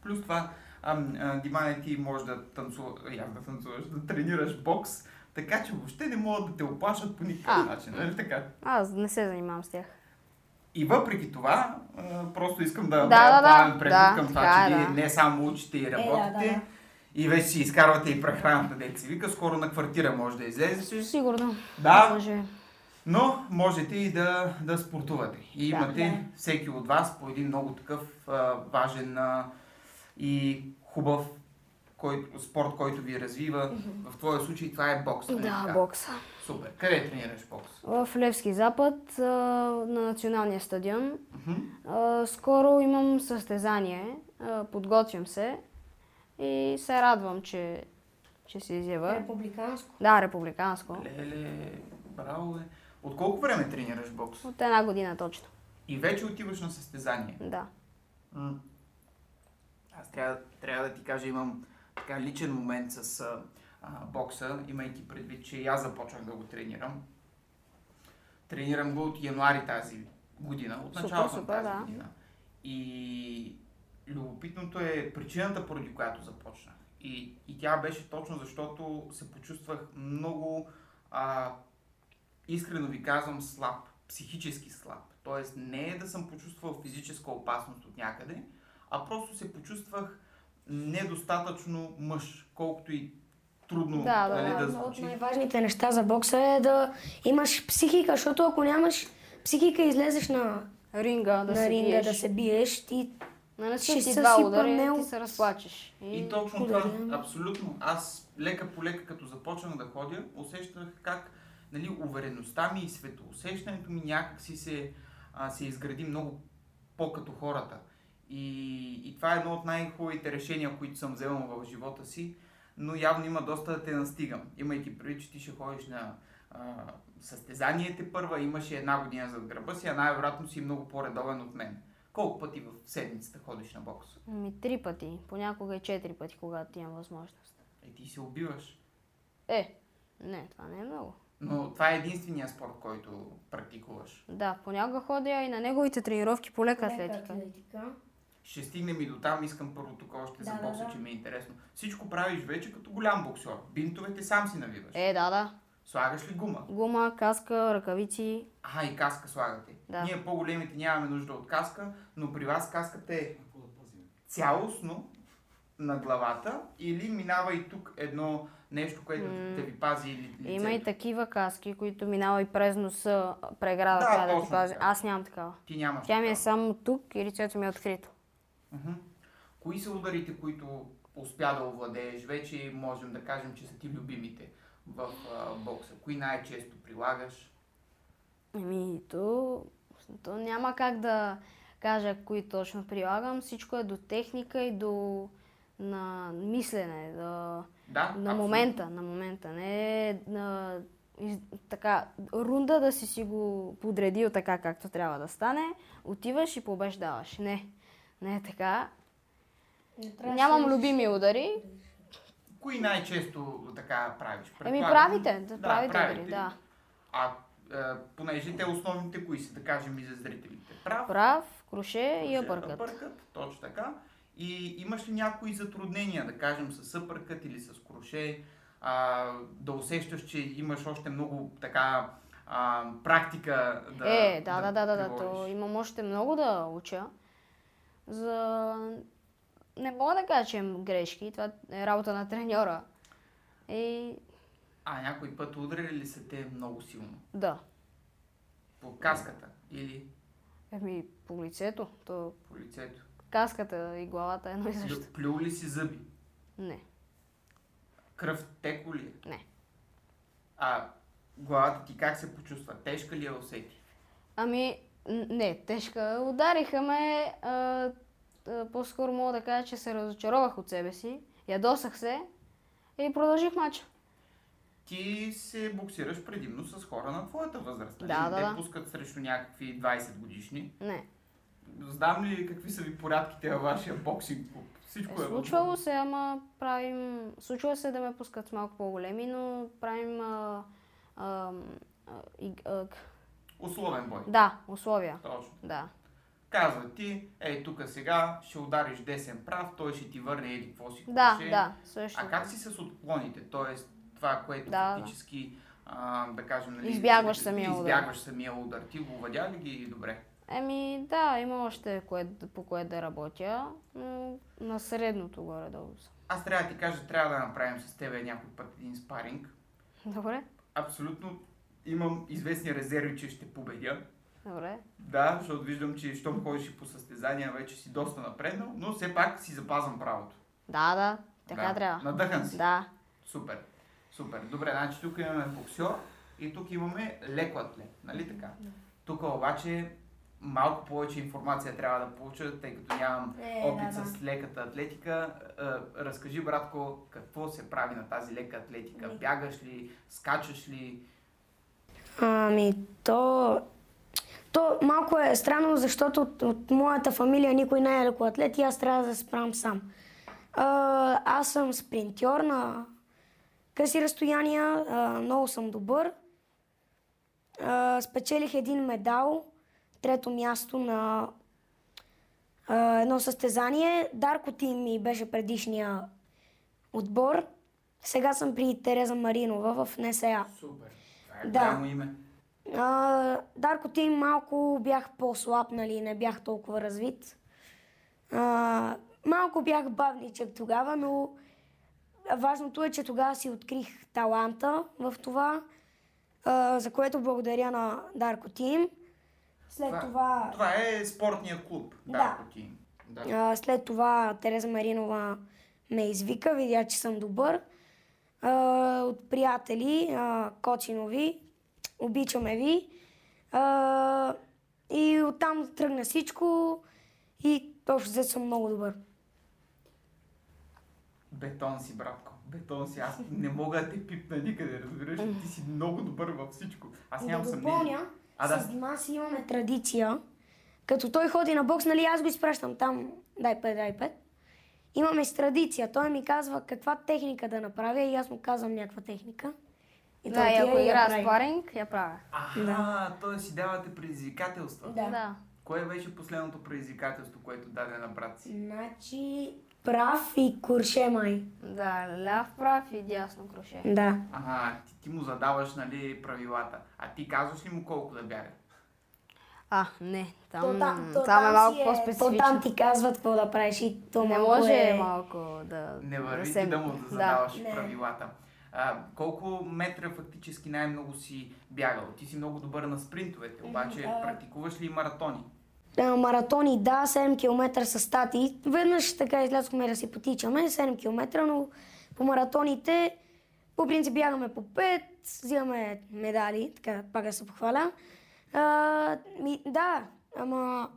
[SPEAKER 1] Плюс това, ам, а, Димане, ти можеш да танцуваш, да танцуваш, да тренираш бокс, така че въобще не могат да те оплашат по никакъв
[SPEAKER 3] А.
[SPEAKER 1] начин, нали така?
[SPEAKER 3] Аз не се занимавам с тях.
[SPEAKER 1] И въпреки това, а, просто искам да
[SPEAKER 3] Да,
[SPEAKER 1] направя
[SPEAKER 3] да, да.
[SPEAKER 1] плавен преход
[SPEAKER 3] Да,
[SPEAKER 1] към това,
[SPEAKER 3] така
[SPEAKER 1] че
[SPEAKER 3] е,
[SPEAKER 1] вие
[SPEAKER 3] да.
[SPEAKER 1] не само учите и работите,
[SPEAKER 4] Е, да, да.
[SPEAKER 1] и вече си изкарвате и прехраната, деца вика, скоро на квартира може да излезеш.
[SPEAKER 3] Сигурно.
[SPEAKER 1] Да,
[SPEAKER 3] Може.
[SPEAKER 1] Но можете и да, да спортувате. И
[SPEAKER 3] Да.
[SPEAKER 1] имате
[SPEAKER 4] Да.
[SPEAKER 1] всеки от вас по един много такъв а, важен а, и хубав кой, спорт, който ви развива. В твоя случай това е бокс. нали
[SPEAKER 3] Да,
[SPEAKER 1] така?
[SPEAKER 3] бокса.
[SPEAKER 1] Супер. Къде тренираш бокс?
[SPEAKER 3] В Левски запад, а, на националния стадион.
[SPEAKER 1] Мгм.
[SPEAKER 3] А, Скоро имам състезание, а, подготвям се и се радвам, че, че се изява.
[SPEAKER 4] е Републиканско.
[SPEAKER 3] Да, републиканско.
[SPEAKER 1] Леле, браво е. От колко време тренираш бокс?
[SPEAKER 3] От една година точно.
[SPEAKER 1] И вече отиваш на състезание.
[SPEAKER 3] Да.
[SPEAKER 1] М. Аз трябва, трябва да ти кажа, имам така личен момент с а, а, бокса, имайки предвид, че и аз започнах да го тренирам. Тренирам го от януари тази година, от
[SPEAKER 3] Супер,
[SPEAKER 1] началото на
[SPEAKER 3] супер,
[SPEAKER 1] тази
[SPEAKER 3] да.
[SPEAKER 1] година. И любопитното е причината, поради която започнах. И, и тя беше точно защото се почувствах много, а, искрено ви казвам, слаб, психически слаб. Тоест не е да съм почувствал физическа опасност от някъде, а просто се почувствах недостатъчно мъж, колкото и трудно
[SPEAKER 3] Да, да,
[SPEAKER 1] нали,
[SPEAKER 3] да,
[SPEAKER 1] да
[SPEAKER 4] Едно от
[SPEAKER 1] звучи.
[SPEAKER 4] най-важните неща за бокса е да имаш психика, защото ако нямаш психика, излезеш на,
[SPEAKER 3] Ринга да
[SPEAKER 4] да
[SPEAKER 3] се
[SPEAKER 4] на ринга
[SPEAKER 3] биеш.
[SPEAKER 4] да се биеш, ти
[SPEAKER 3] Нали
[SPEAKER 4] Ще
[SPEAKER 3] ще ти
[SPEAKER 4] се
[SPEAKER 3] два
[SPEAKER 4] сипа
[SPEAKER 3] удара и
[SPEAKER 4] мел.
[SPEAKER 3] ти се разплачеш.
[SPEAKER 1] И точно
[SPEAKER 4] да,
[SPEAKER 1] това, абсолютно. Аз лека по лека, като започнах да ходя, усещах как нали, увереността ми и светоусещането ми някакси се, а, се изгради много по-като хората. И, и това е едно от най-хубавите решения, които съм вземал в живота си, но явно има доста да те настигам. Имайки преди, че ти ще ходиш на а, състезание те първа, имаше една година зад гърба си, а най-вероятно си много по-редовен от мен. Колко пъти в седмицата ходиш на бокс?
[SPEAKER 3] Ми Ами, три пъти, понякога и четири пъти, когато имам възможност.
[SPEAKER 1] Е, ти се убиваш.
[SPEAKER 3] Е, не, това не е много.
[SPEAKER 1] Но това е единствения спорт, който практикуваш.
[SPEAKER 3] Да, понякога ходя и на неговите тренировки по лека атлетика.
[SPEAKER 1] Ще стигнем и до там, искам първо тук още за
[SPEAKER 4] Да, да,
[SPEAKER 1] бокса,
[SPEAKER 4] да.
[SPEAKER 1] че ми е интересно. Всичко правиш вече като голям боксер. Бинтовете сам си навиваш.
[SPEAKER 3] Е, да, да.
[SPEAKER 1] Слагаш ли гума?
[SPEAKER 3] Гума, каска, ръкавици.
[SPEAKER 1] А, и каска слагате.
[SPEAKER 3] Да.
[SPEAKER 1] Ние по-големите нямаме нужда от каска, но при вас каската е цялостно на главата или минава и тук едно нещо, което
[SPEAKER 3] М.
[SPEAKER 1] да ви пази ли- лицето.
[SPEAKER 3] Има и такива каски, които минава и през носа а, преграда,
[SPEAKER 1] Да,
[SPEAKER 3] така да ти
[SPEAKER 1] точно
[SPEAKER 3] кажа.
[SPEAKER 1] така.
[SPEAKER 3] Аз нямам такава.
[SPEAKER 1] Ти нямаш.
[SPEAKER 3] Тя ми
[SPEAKER 1] такава.
[SPEAKER 3] е само тук и лицето ми е открито.
[SPEAKER 1] Мгм. Кои са ударите, които успя да овладееш вече, можем да кажем, че са ти любимите в а, бокса? Кои най-често прилагаш?
[SPEAKER 3] Еми, Ами, то, то няма как да кажа кои точно прилагам. Всичко е до техника и до на мислене, да, на
[SPEAKER 1] Да, абсолютно.
[SPEAKER 3] момента, на момента. Не е на, из, така, рунда да си си го подредил така, както трябва да стане. Отиваш и побеждаваш. Не, не е така. Нямам любими удари.
[SPEAKER 1] Кои най-често така правиш?
[SPEAKER 3] Еми,
[SPEAKER 1] Предполагам-
[SPEAKER 3] правите, да, правите, удари, да.
[SPEAKER 1] А, а, понеже те основните, кои са, да кажем и за зрителите? Прав,
[SPEAKER 3] Прав, круше Е, и апъркът.
[SPEAKER 1] апъркът, точно така. И имаш ли някои затруднения, да кажем с апъркът или с круше, а, да усещаш, че имаш още много така а, практика да
[SPEAKER 3] е, да, да, да, да, да,
[SPEAKER 1] приложиш?
[SPEAKER 3] то имам още много да уча. За... Не мога да кажа, че имам грешки, това е работа на треньора. И
[SPEAKER 1] А някой път удряли ли са те много силно?
[SPEAKER 3] да,
[SPEAKER 1] По каската или
[SPEAKER 3] еми по лицето, то
[SPEAKER 1] по лицето?
[SPEAKER 3] каската и главата е едно и също.
[SPEAKER 1] Плю, плюл ли си зъби?
[SPEAKER 3] Не,
[SPEAKER 1] Кръв теко ли е?
[SPEAKER 3] не.
[SPEAKER 1] А главата ти как се почувства? Тежка ли я усети?
[SPEAKER 3] Ами, н- не, тежка. Удариха ме. А, а, по-скоро мога да кажа, че се разочаровах от себе си. Ядосах се и продължих мача.
[SPEAKER 1] Ти се боксираш предимно с хора на твоята възраст. нали?
[SPEAKER 3] Да, да,
[SPEAKER 1] Те
[SPEAKER 3] да.
[SPEAKER 1] пускат срещу някакви 20 годишни.
[SPEAKER 3] Не.
[SPEAKER 1] Знам ли какви са ви порядките във вашия боксинг клуб? Всичко е,
[SPEAKER 3] Е, случвало се, ама правим... Случва се да ме пускат с малко по-големи, но правим... А, а, а, и, а, к-
[SPEAKER 1] Условен бой.
[SPEAKER 3] да, условия.
[SPEAKER 1] Точно.
[SPEAKER 3] Да.
[SPEAKER 1] Казват ти, ей, тук сега ще удариш десен прав, той ще ти върне еди какво си
[SPEAKER 3] Да,
[SPEAKER 1] куше.
[SPEAKER 3] да, също.
[SPEAKER 1] Значи, А как си с отклоните? Тоест, това, което
[SPEAKER 3] Да, да.
[SPEAKER 1] фактически, а, да кажем, нали,
[SPEAKER 3] Избягваш самия удар.
[SPEAKER 1] избягваш самия удар. Ти го овладя ли ги добре?
[SPEAKER 3] Еми, да, има още кое, по кое да работя, но на средното горе-долу съм.
[SPEAKER 1] Аз трябва да ти кажа, трябва да направим с теб някой път един спаринг.
[SPEAKER 3] Добре,
[SPEAKER 1] Абсолютно имам известни резерви, че ще победя.
[SPEAKER 3] добре.
[SPEAKER 1] Да, защото виждам, че щом ходиш и по състезания, вече си доста напреднал, но все пак си запазвам правото.
[SPEAKER 3] Да, да, така
[SPEAKER 1] да.
[SPEAKER 3] трябва.
[SPEAKER 1] Надъхан си.
[SPEAKER 3] Да.
[SPEAKER 1] Супер. Супер. Добре, значи тук имаме боксер и тук имаме леко атлет, нали така? Тук обаче малко повече информация трябва да получа, тъй като нямам
[SPEAKER 4] Е,
[SPEAKER 1] опит
[SPEAKER 4] да, да.
[SPEAKER 1] с леката атлетика. Е, Разкажи, братко, какво се прави на тази лека атлетика? Бягаш ли, скачаш ли?
[SPEAKER 4] Ами, то... То малко е странно, защото от, от моята фамилия никой не е лекоатлет и аз трябва да се справям сам. А, аз съм спринтьор на къси разстояния, а, много съм добър. А, спечелих един медал, трето място на а, едно състезание. Дарко Тим ми беше предишния отбор. Сега съм при Тереза Маринова в НСА.
[SPEAKER 1] Супер. Това е
[SPEAKER 4] Да.
[SPEAKER 1] голямо име.
[SPEAKER 4] А, Дарко Тим малко бях по-слаб, нали, не бях толкова развит. А, малко бях бавничък тогава, но важното е, че тогава си открих таланта в това, а, за което благодаря на Дарко Тим. След това...
[SPEAKER 1] Това е спортния клуб. Да.
[SPEAKER 4] Да.
[SPEAKER 1] ако ти- Да.
[SPEAKER 4] А, след това Тереза Маринова ме извика, видя, че съм добър. А, от приятели, а, Кочинови, обичаме ви. А, и оттам тръгна всичко и общо взето съм много добър.
[SPEAKER 1] Бетон си, братко. Бетон си. Аз не мога да те пипна никъде, разбираш? ли? Ти си много добър във всичко. Аз нямам
[SPEAKER 4] да
[SPEAKER 1] съмнение.
[SPEAKER 4] допълня,
[SPEAKER 1] А, да.
[SPEAKER 4] с Дима си имаме традиция. Като той ходи на бокс, нали аз го изпращам там, дай пет, дай пет. Имаме с традиция. Той ми казва каква техника да направя и аз му казвам някаква техника. И той
[SPEAKER 3] Да, и е
[SPEAKER 4] отива
[SPEAKER 3] ако
[SPEAKER 4] я
[SPEAKER 3] игра
[SPEAKER 4] прави.
[SPEAKER 3] спаринг, я правя.
[SPEAKER 1] Аха, т.е. си давате предизвикателства.
[SPEAKER 4] Да.
[SPEAKER 3] Да.
[SPEAKER 1] Кое беше последното предизвикателство, което даде на брат си?
[SPEAKER 4] Значи прав и курше май.
[SPEAKER 3] Да, ляв прав и дясно круше.
[SPEAKER 4] Да.
[SPEAKER 1] Ага, ти, ти му задаваш, нали, правилата. А ти казваш ли му колко да бяга?
[SPEAKER 3] А, не, там,
[SPEAKER 4] То
[SPEAKER 3] там,
[SPEAKER 4] то
[SPEAKER 3] е
[SPEAKER 4] си
[SPEAKER 3] малко
[SPEAKER 4] То
[SPEAKER 3] по-специфично.
[SPEAKER 4] там ти казват какво да правиш и то
[SPEAKER 3] Не
[SPEAKER 4] малко
[SPEAKER 3] може
[SPEAKER 4] е...
[SPEAKER 3] малко да...
[SPEAKER 1] Не върви
[SPEAKER 3] се-
[SPEAKER 1] ти да му да задаваш
[SPEAKER 4] Не.
[SPEAKER 1] правилата. А, колко метра фактически най-много си бягал? Ти си много добър на спринтовете, обаче практикуваш ли и маратони?
[SPEAKER 4] А, Маратони, да, 7 км с стати. Веднъж така излязохме да си потичаме, 7 км, но по маратоните по принцип бягаме по 5, взимаме медали, така пак да се похваля. А, ми, да, ама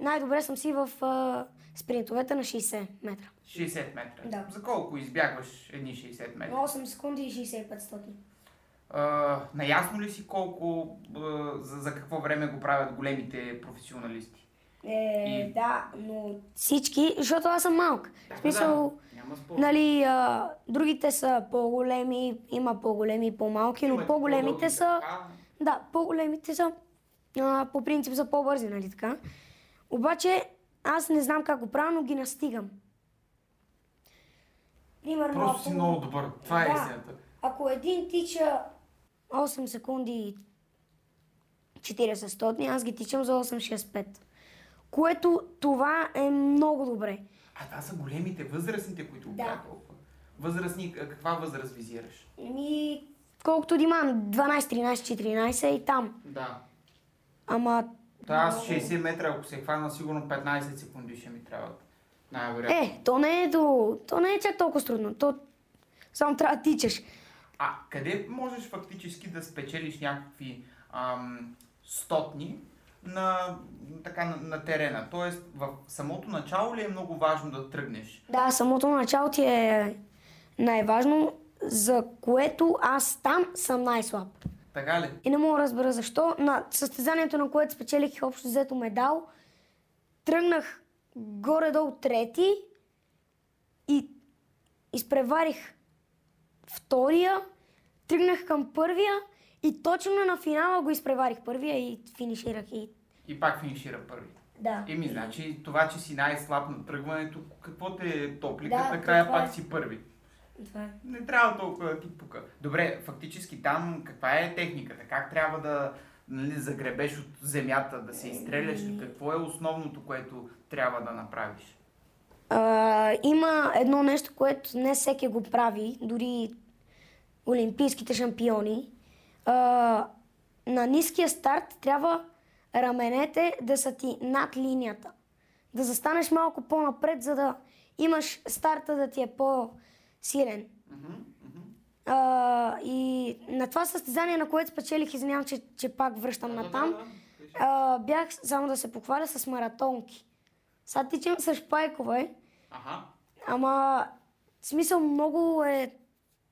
[SPEAKER 4] най-добре съм си в а, спринтовете на 60 метра.
[SPEAKER 1] 60 метра.
[SPEAKER 4] Да.
[SPEAKER 1] За колко избягваш едни 60 метра?
[SPEAKER 4] 8 секунди и 65 стоти.
[SPEAKER 1] А, наясно ли си колко, а, за, за какво време го правят големите професионалисти?
[SPEAKER 4] Е,
[SPEAKER 1] И-
[SPEAKER 4] да, но всички, защото аз съм малък. В смисъл,
[SPEAKER 1] да, няма спор.
[SPEAKER 4] Нали, а, другите са по-големи, има по-големи и по-малки,
[SPEAKER 1] Имат
[SPEAKER 4] но по-големите
[SPEAKER 1] по-дълги
[SPEAKER 4] са...
[SPEAKER 1] крака.
[SPEAKER 4] Да, по-големите са а, по принцип са по-бързи, нали така. Обаче аз не знам как го правя, но ги настигам. Примерно,
[SPEAKER 1] Просто си много добър. Това е
[SPEAKER 4] Да.
[SPEAKER 1] истината.
[SPEAKER 4] ако един тича 8 секунди и 40 стотни, аз ги тичам за 8-6-5. Което това е много добре.
[SPEAKER 1] А това са големите, възрастните, които го
[SPEAKER 4] Да.
[SPEAKER 1] правят толкова. Възрастни, а каква възраст визираш?
[SPEAKER 4] Ами, колкото Диман, 12, 13, 14 и там.
[SPEAKER 1] Да.
[SPEAKER 4] Ама,
[SPEAKER 1] Та аз 60 метра, ако се хвана, сигурно 15 секунди ще ми трябват. Най-вероятно.
[SPEAKER 4] е, то не е до... То не е чак толкова трудно. То само трябва да тичаш.
[SPEAKER 1] А къде можеш фактически да спечелиш някакви ам, стотни на, така, на, на терена? Тоест, в самото начало ли е много важно да тръгнеш?
[SPEAKER 4] Да, самото начало ти е най-важно, за което аз там съм най-слаб.
[SPEAKER 1] Така ли?
[SPEAKER 4] И не мога да разбера защо. На състезанието, на което спечелих общо взето медал, тръгнах горе-долу трети и изпреварих втория, тръгнах към първия и точно на финала го изпреварих първия и финиширах. И...
[SPEAKER 1] И пак финишира първи.
[SPEAKER 4] Да.
[SPEAKER 1] Еми, значи това, че си най-слаб на тръгването, какво те е топлика,
[SPEAKER 4] Да,
[SPEAKER 1] накрая
[SPEAKER 4] това е.
[SPEAKER 1] пак си първи.
[SPEAKER 4] Това е.
[SPEAKER 1] Не трябва толкова да ти пука. Добре, фактически там каква е техниката? Как трябва да нали, загребеш от земята, да се изстреляш?
[SPEAKER 4] Ами-
[SPEAKER 1] Какво е основното, което трябва да направиш?
[SPEAKER 4] А, има едно нещо, което не всеки го прави, дори олимпийските шампиони. А, на ниския старт трябва раменете да са ти над линията. Да застанеш малко по-напред, за да имаш старта да ти е по-силен. А, и на това състезание, на което спечелих, извинявам, че, че пак връщам на там, а, бях, само да се похваля, с маратонки. Сега тичам с шпайкове.
[SPEAKER 1] Ага.
[SPEAKER 4] Ама, в смисъл, много е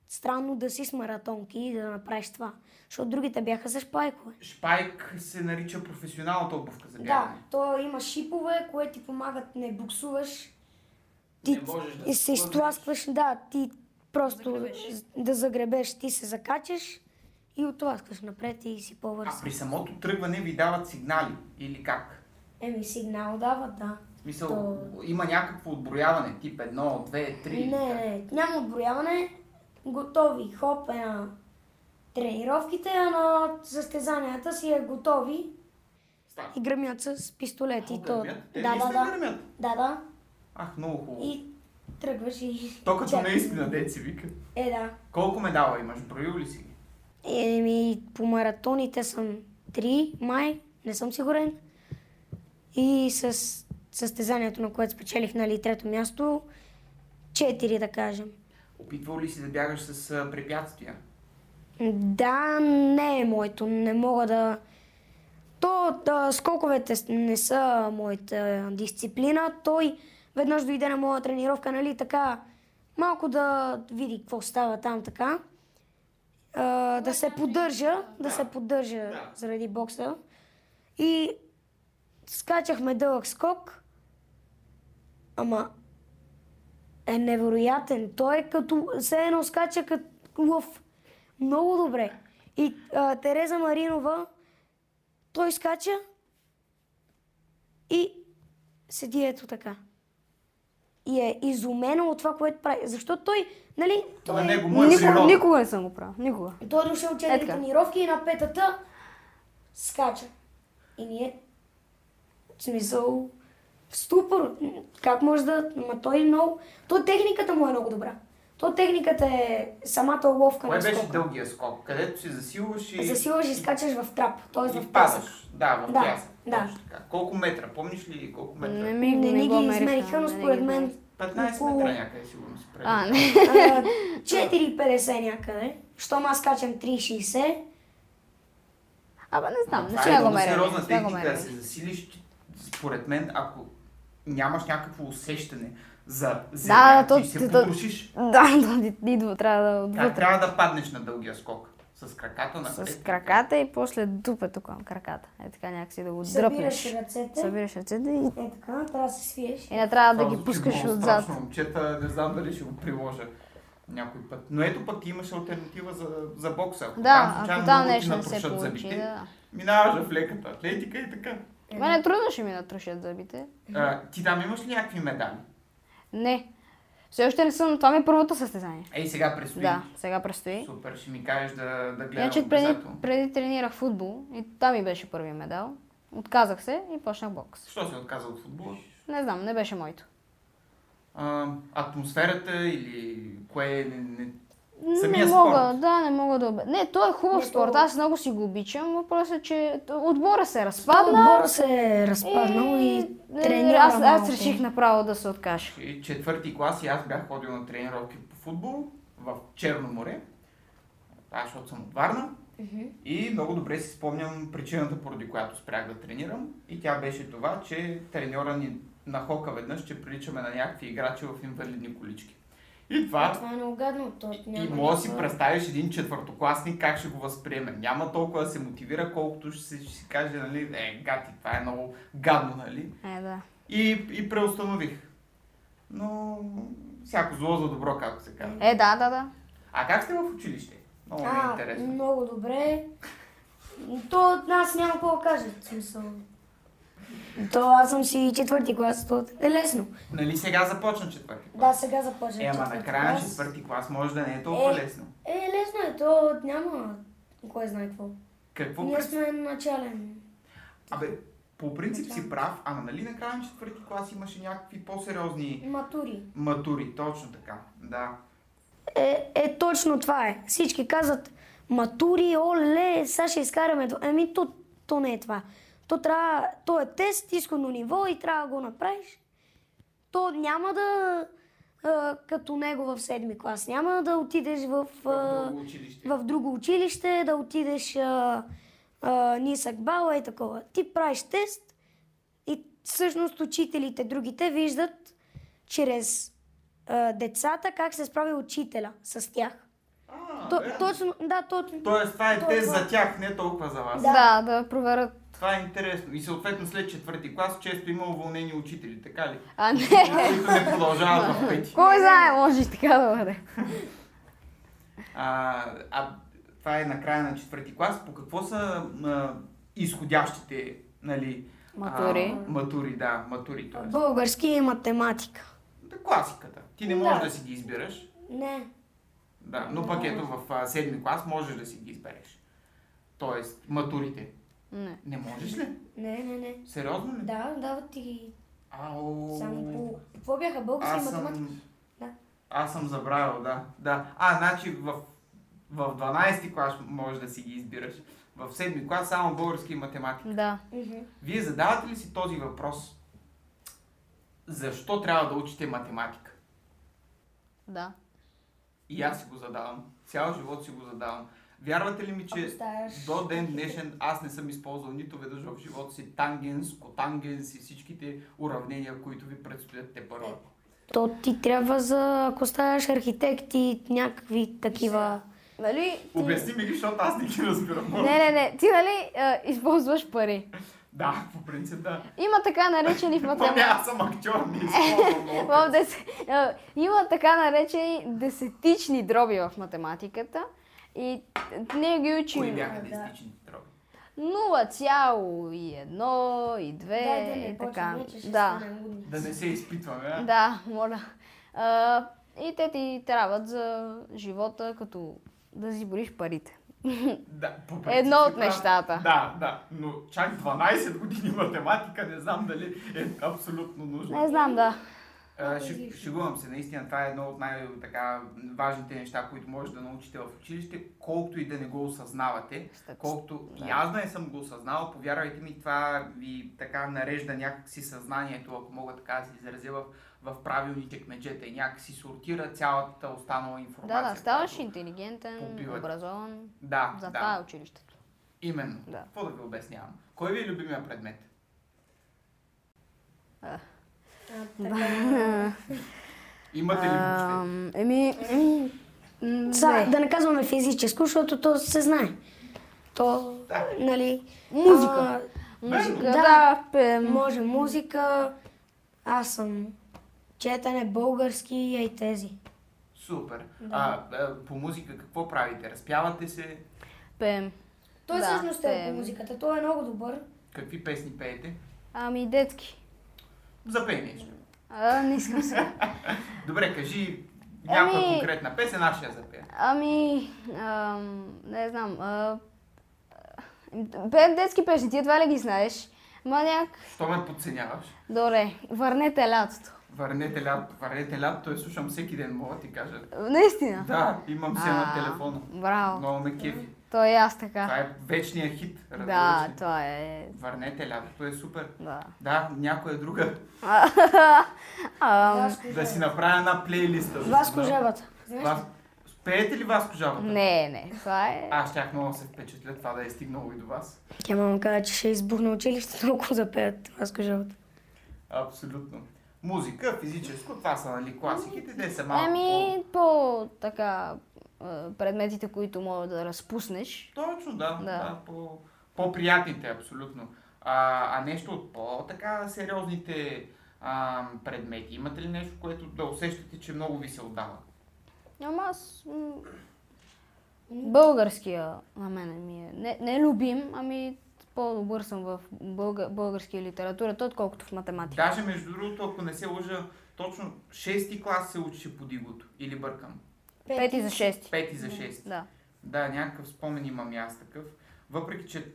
[SPEAKER 4] странно да си с маратонки и да направиш това. Защото другите бяха с шпайкове.
[SPEAKER 1] Шпайк се нарича професионалната обувка за
[SPEAKER 4] Да,
[SPEAKER 1] бягане.
[SPEAKER 4] то има шипове, които ти помагат, не буксуваш. Ти
[SPEAKER 1] Не можеш да
[SPEAKER 4] и
[SPEAKER 1] се
[SPEAKER 4] се изтласкваш, да, ти просто
[SPEAKER 3] Загребеш.
[SPEAKER 4] да загребеш, ти се закачаш и отласкваш напред и си по-бърз.
[SPEAKER 1] А при самото тръгване ви дават сигнали или как?
[SPEAKER 4] Еми, сигнал дават, да.
[SPEAKER 1] Мисъл,
[SPEAKER 4] То-
[SPEAKER 1] има някакво отброяване, тип 1, 2, 3.
[SPEAKER 4] Не, не, няма отброяване. Готови. Хоп е на тренировките, а на състезанията си е готови. И гърмят с пистолети.
[SPEAKER 1] Ти
[SPEAKER 4] то...
[SPEAKER 1] Те
[SPEAKER 4] да, да,
[SPEAKER 1] наистина
[SPEAKER 4] да.
[SPEAKER 1] гърмят.
[SPEAKER 4] Да, да.
[SPEAKER 1] Ах, много хубаво.
[SPEAKER 4] И тръгваш и...
[SPEAKER 1] То като
[SPEAKER 4] чакаш.
[SPEAKER 1] наистина деци вика.
[SPEAKER 4] Е, да.
[SPEAKER 1] Колко медала имаш? Броил ли си ги?
[SPEAKER 4] Еми, по маратоните съм 3 май, не съм сигурен. И с състезанието, на което спечелих, нали, трето място, 4, да кажем.
[SPEAKER 1] Опитвал ли си да бягаш с а, препятствия?
[SPEAKER 4] Да, не е моето. Не мога да... То, да, скоковете с- не са моята дисциплина. Той веднъж дойде на моя тренировка, нали, така, малко да види какво става там, така. А, да се поддържа, да се поддържа заради бокса. И скачахме дълъг скок. Ама е невероятен. Той е като, все едно скача като лъв. Много добре. И а, Тереза Маринова, той скача и седи ето така. И е изумена от това, което прави. Защо той, нали, той,
[SPEAKER 1] На
[SPEAKER 4] е-
[SPEAKER 1] него му е
[SPEAKER 3] Никога,
[SPEAKER 1] природа.
[SPEAKER 3] никога не съм го правил. Никога.
[SPEAKER 4] той е дошъл
[SPEAKER 3] Е
[SPEAKER 4] четири
[SPEAKER 3] така.
[SPEAKER 4] тренировки и на петата скача. И ние, в смисъл, в ступор. Как може да... Ма той е много... То техниката му е много добра. То техниката е самата уловка
[SPEAKER 3] е
[SPEAKER 1] Кое
[SPEAKER 4] на
[SPEAKER 1] беше
[SPEAKER 4] скока.
[SPEAKER 1] дългия скок, където си засилваш и...
[SPEAKER 4] Засилваш и скачаш в трап,
[SPEAKER 3] е
[SPEAKER 4] т.е.
[SPEAKER 1] И
[SPEAKER 4] в пясък.
[SPEAKER 1] падаш. Да, в
[SPEAKER 4] Да,
[SPEAKER 1] пясък.
[SPEAKER 4] да.
[SPEAKER 1] Точно така. Колко метра? Помниш ли колко метра? Не.
[SPEAKER 3] Не ми
[SPEAKER 4] Не, не
[SPEAKER 3] го
[SPEAKER 4] ги измериха, но
[SPEAKER 3] не
[SPEAKER 4] според
[SPEAKER 3] ги
[SPEAKER 4] мен
[SPEAKER 3] измерих.
[SPEAKER 1] 15
[SPEAKER 4] около-
[SPEAKER 1] метра някъде сигурно си прави.
[SPEAKER 3] А, не.
[SPEAKER 4] а, 4,50 някъде. Щом аз скачам 3,60,
[SPEAKER 3] Абе, не знам, не
[SPEAKER 1] Това
[SPEAKER 3] сме
[SPEAKER 1] е
[SPEAKER 3] го
[SPEAKER 1] много
[SPEAKER 3] мерили.
[SPEAKER 1] сериозна
[SPEAKER 3] Не сме го
[SPEAKER 1] техника е да
[SPEAKER 3] мерили.
[SPEAKER 1] се засилиш. ти- Според мен, ако нямаш някакво усещане за земя,
[SPEAKER 3] да, то-
[SPEAKER 1] ти се
[SPEAKER 3] ти- то-
[SPEAKER 1] потушиш.
[SPEAKER 3] Да, да, ид- идва, трябва да
[SPEAKER 1] Как
[SPEAKER 3] отвътре.
[SPEAKER 1] трябва да паднеш на дългия скок? С краката на
[SPEAKER 3] С краката и после дупето към краката. Е така някакси да го
[SPEAKER 4] събираш
[SPEAKER 3] дръпнеш.
[SPEAKER 4] ръцете.
[SPEAKER 3] Събираш ръцете и,
[SPEAKER 4] Е така, трябва да се свиеш.
[SPEAKER 3] и не трябва да ги пускаш отзад.
[SPEAKER 1] момчета, не знам дали ще го приложа някой път. Но ето пък ти имаш альтернатива за, за бокса. Ако
[SPEAKER 3] Да, ако
[SPEAKER 1] случайно
[SPEAKER 3] там
[SPEAKER 1] много ти
[SPEAKER 3] нещо не се
[SPEAKER 1] натрушат
[SPEAKER 3] получи,
[SPEAKER 1] зъбите,
[SPEAKER 3] да.
[SPEAKER 1] Минаваш в леката атлетика и така.
[SPEAKER 4] Е,
[SPEAKER 3] Мене трудно ще ми натрушат зъбите.
[SPEAKER 1] А, ти там имаш ли някакви медали?
[SPEAKER 3] Не. Все още не съм. Това ми е първото състезание.
[SPEAKER 1] Ей, сега предстои.
[SPEAKER 3] Да, сега предстои.
[SPEAKER 1] Супер, ще ми кажеш да, да гледам
[SPEAKER 3] Иначе преди,
[SPEAKER 1] обязателно.
[SPEAKER 3] преди тренирах футбол и там ми беше първи медал. Отказах се и почнах бокс.
[SPEAKER 1] Защо се отказа от футбола?
[SPEAKER 3] Не знам, не беше моето.
[SPEAKER 1] А, атмосферата или кое е... Не, не...
[SPEAKER 3] Не
[SPEAKER 1] Самия
[SPEAKER 3] мога,
[SPEAKER 1] спорт.
[SPEAKER 3] да, не мога да обе... Не, той е хубав
[SPEAKER 4] Не,
[SPEAKER 3] спорт,
[SPEAKER 4] то-
[SPEAKER 3] аз много си го обичам, въпросът е, че отбора се разпадна.
[SPEAKER 4] Отбора се е разпаднал и
[SPEAKER 3] не,
[SPEAKER 4] тренира
[SPEAKER 3] аз, аз
[SPEAKER 4] малко.
[SPEAKER 3] реших направо да се откажа.
[SPEAKER 1] И Е, Четвърти клас и аз бях ходил на тренировки по футбол в Черно море. Аз, защото съм от Варна. И много добре си спомням причината, поради която спрях да тренирам. И тя беше това, че треньора ни нахока веднъж, че приличаме на някакви играчи в инвалидни колички. И това
[SPEAKER 4] Това е много гадно. То няма
[SPEAKER 1] И може да си
[SPEAKER 4] да-
[SPEAKER 1] представиш един четвъртокласник как ще го възприеме. Няма толкова да се мотивира, колкото ще си, ще си каже, нали, е, гати, това е много гадно, нали?
[SPEAKER 3] Е, да.
[SPEAKER 1] И, и преустанових. Но всяко зло за добро, както се казва.
[SPEAKER 3] Е, да, да, да.
[SPEAKER 1] А как сте в училище? Много ми е
[SPEAKER 4] А,
[SPEAKER 1] интересно.
[SPEAKER 4] много добре. То от нас няма какво да каже, в смисъл. То аз съм си четвърти клас, то е лесно.
[SPEAKER 1] Нали сега започна четвърти
[SPEAKER 4] Да,
[SPEAKER 1] клас?
[SPEAKER 4] сега започна.
[SPEAKER 1] е, ама
[SPEAKER 4] четвърти
[SPEAKER 1] накрая на
[SPEAKER 4] клас.
[SPEAKER 1] четвърти клас може да не е толкова
[SPEAKER 4] Е.
[SPEAKER 1] лесно.
[SPEAKER 4] Е, лесно е, то няма кой знае какво.
[SPEAKER 1] Какво
[SPEAKER 4] Ние
[SPEAKER 1] през...
[SPEAKER 4] сме начален.
[SPEAKER 1] Абе, по принцип си прав, ама нали накрая на четвърти клас имаше някакви по-сериозни
[SPEAKER 4] Матури.
[SPEAKER 1] матури, точно така, да.
[SPEAKER 4] Е, е, точно това е. Всички казват, матури, оле, сега ще изкараме. това. Еми, то, то не е това. То трябва, то е тест, изходно ниво и трябва да го направиш. То няма да, а, като него в седми клас, няма да отидеш в,
[SPEAKER 1] В
[SPEAKER 4] а,
[SPEAKER 1] друго училище.
[SPEAKER 4] в друго училище, да отидеш а, а, нисък бал и такова. Ти правиш тест и всъщност учителите, другите виждат чрез а, децата как се справи учителя с тях.
[SPEAKER 1] А,
[SPEAKER 4] То,
[SPEAKER 1] бе.
[SPEAKER 4] точно, да, точно.
[SPEAKER 1] Тоест, това е
[SPEAKER 4] Той
[SPEAKER 1] тест
[SPEAKER 4] това-
[SPEAKER 1] за тях, не толкова за вас.
[SPEAKER 4] Да.
[SPEAKER 3] Да, да проверят.
[SPEAKER 1] Това е интересно. И съответно след четвърти клас често има уволнени учители, така ли?
[SPEAKER 3] А не,
[SPEAKER 1] Които не продължават в пети.
[SPEAKER 3] кой знае, може и така да бъде.
[SPEAKER 1] А, а това е на края на четвърти клас. По какво са а, изходящите нали,
[SPEAKER 5] Матури.
[SPEAKER 1] А, матури, да, матури. Тоест.
[SPEAKER 4] Български и математика.
[SPEAKER 1] Да, класиката. Ти не можеш да, си ги избираш.
[SPEAKER 4] Не.
[SPEAKER 1] Да, но пък ето в а, седми клас можеш да си ги избереш. Тоест, матурите.
[SPEAKER 3] Не.
[SPEAKER 1] Не можеш ли?
[SPEAKER 4] Не, не, не.
[SPEAKER 1] Сериозно ли?
[SPEAKER 4] Да, дават ти ги
[SPEAKER 1] Ау.
[SPEAKER 4] само по... Какво бяха български и
[SPEAKER 1] Аз
[SPEAKER 4] математика?
[SPEAKER 1] съм...
[SPEAKER 4] Да.
[SPEAKER 1] Аз съм забравил, да. да. А, значи в, в 12-ти клас можеш да си ги избираш. В 7-ми клас само български и математика.
[SPEAKER 3] Да.
[SPEAKER 4] Мгм.
[SPEAKER 1] Вие задавате ли си този въпрос? Защо трябва да учите математика?
[SPEAKER 3] Да.
[SPEAKER 1] И аз си го задавам. Цял живот си го задавам. Вярвате ли ми,
[SPEAKER 4] Ако
[SPEAKER 1] че
[SPEAKER 4] ставаш-
[SPEAKER 1] до ден днешен аз не съм използвал нито веднъж в живота си тангенс, котангенс и всичките уравнения, които ви предстоят те първа?
[SPEAKER 4] То Е, ти трябва за, ако ставаш архитект и някакви такива...
[SPEAKER 3] Нали? Ти...
[SPEAKER 1] Обясни ми ги, защото аз не ги разбирам.
[SPEAKER 3] Не, не, не. Ти, нали, а, използваш пари.
[SPEAKER 1] Да, по принцип да.
[SPEAKER 3] Има така наречени в
[SPEAKER 1] Помня,
[SPEAKER 3] математика.
[SPEAKER 1] аз съм актьор, не използвам много.
[SPEAKER 3] В дес... а, Има така наречени десетични дроби в математиката. И ние ги
[SPEAKER 1] Кои
[SPEAKER 3] учим
[SPEAKER 1] бяха десетичните дроби?
[SPEAKER 3] 0,1 и 2
[SPEAKER 4] Дай да
[SPEAKER 3] и
[SPEAKER 4] не
[SPEAKER 3] така.
[SPEAKER 4] почвам, иначе ще
[SPEAKER 3] Да.
[SPEAKER 4] станем лудни.
[SPEAKER 1] Да не се изпитваме, а?
[SPEAKER 3] Да, моля. А, и те ти трябват за живота, като да си бориш парите.
[SPEAKER 1] Да, по принцип
[SPEAKER 3] Едно
[SPEAKER 1] си
[SPEAKER 3] от
[SPEAKER 1] прав.
[SPEAKER 3] нещата.
[SPEAKER 1] Да, да, но чак 12 години математика, не знам дали е абсолютно нужно.
[SPEAKER 3] Не знам, да. Е,
[SPEAKER 1] А, шег- Шегувам се, наистина това е едно от най-така важните неща, които може да научите в училище, колкото и да не го осъзнавате.
[SPEAKER 3] Стъп-
[SPEAKER 1] Колкото
[SPEAKER 3] да.
[SPEAKER 1] и аз да не съм го осъзнал, повярвайте ми, това ви така нарежда някакси съзнанието, ако мога така да се изразя в, в правилните кмечета и някакси сортира цялата останала информация.
[SPEAKER 3] Да, да, ставаш
[SPEAKER 1] която-
[SPEAKER 3] интелигентен,
[SPEAKER 1] Попиват.
[SPEAKER 3] образован.
[SPEAKER 1] Да,
[SPEAKER 3] За това е
[SPEAKER 1] да,
[SPEAKER 3] училището.
[SPEAKER 1] именно.
[SPEAKER 3] Да.
[SPEAKER 1] Какво да ви обяснявам? Кой ви е любимия предмет?
[SPEAKER 4] е.
[SPEAKER 1] Имате ли въобще?
[SPEAKER 3] Ам, Еми, м,
[SPEAKER 4] Са,
[SPEAKER 3] не.
[SPEAKER 4] да не казваме физическо, защото то се знае. То,
[SPEAKER 1] Да.
[SPEAKER 4] нали...
[SPEAKER 1] Верно.
[SPEAKER 3] Музика. музика,
[SPEAKER 4] да.
[SPEAKER 3] да, пе-
[SPEAKER 4] А, може музика. Аз съм четене български и ей тези.
[SPEAKER 1] Супер. А, а, по музика какво правите? Разпявате се?
[SPEAKER 3] пеем.
[SPEAKER 4] Той
[SPEAKER 3] Да,
[SPEAKER 4] всъщност е
[SPEAKER 3] пеем.
[SPEAKER 4] по музиката. Той е много добър.
[SPEAKER 1] Какви песни пеете?
[SPEAKER 3] Ами, детски.
[SPEAKER 1] За пение. ще.
[SPEAKER 3] А, не искам сега.
[SPEAKER 1] Добре, кажи някоя
[SPEAKER 3] Ами-
[SPEAKER 1] конкретна песен, аз ще я запея.
[SPEAKER 3] Ами, ам, не знам. а, а, Пеем детски песни, ти едва ли ги знаеш. Маняк,
[SPEAKER 1] Що ме подценяваш?
[SPEAKER 3] добре, върнете лятото.
[SPEAKER 1] Върнете лято, върнете лято, я слушам всеки ден, мога да ти кажа.
[SPEAKER 3] Наистина.
[SPEAKER 1] Да, имам се на
[SPEAKER 3] А,
[SPEAKER 1] телефона.
[SPEAKER 3] Браво.
[SPEAKER 1] Много ме кефи.
[SPEAKER 3] Той и аз така.
[SPEAKER 1] Това е вечният хит,
[SPEAKER 3] Да,
[SPEAKER 1] разбираш ли?
[SPEAKER 3] това е.
[SPEAKER 1] Върнете лятото е супер.
[SPEAKER 3] Да.
[SPEAKER 1] Да, някоя друга.
[SPEAKER 3] Ам,
[SPEAKER 4] Васко
[SPEAKER 1] Да си
[SPEAKER 4] Жабата.
[SPEAKER 1] направя една плейлиста. за
[SPEAKER 4] Васко
[SPEAKER 1] това.
[SPEAKER 4] Жабата.
[SPEAKER 1] Вас... Пеете ли Васко Жабата?
[SPEAKER 3] не, не, това е.
[SPEAKER 1] Аз щях много да се впечатля това да е стигнало и до вас.
[SPEAKER 4] Тя мама каза, че ще избухне училището, ако запеят Васко Жабата.
[SPEAKER 1] Абсолютно. Музика, физическо, това са нали класиките, те са малко
[SPEAKER 3] Ами, по така а, предметите, които мога да разпуснеш.
[SPEAKER 1] по... Точно, да. да.
[SPEAKER 3] Да.
[SPEAKER 1] да по... По-приятните, абсолютно. А, а нещо от по-така сериозните а, предмети. Имате ли нещо, което да усещате, че много ви се отдава?
[SPEAKER 3] Ама аз... м, Българския на мен ми е. Не, не любим, ами по-добър съм в бълга, български литературата, отколкото в математика.
[SPEAKER 1] Даже между другото, ако не се лъжа, точно 6-ти клас се учи по дигото. Или бъркам.
[SPEAKER 3] Пети за шести.
[SPEAKER 1] 5 за 6.
[SPEAKER 3] Да.
[SPEAKER 1] Да, някакъв спомен имам и аз такъв. Въпреки, че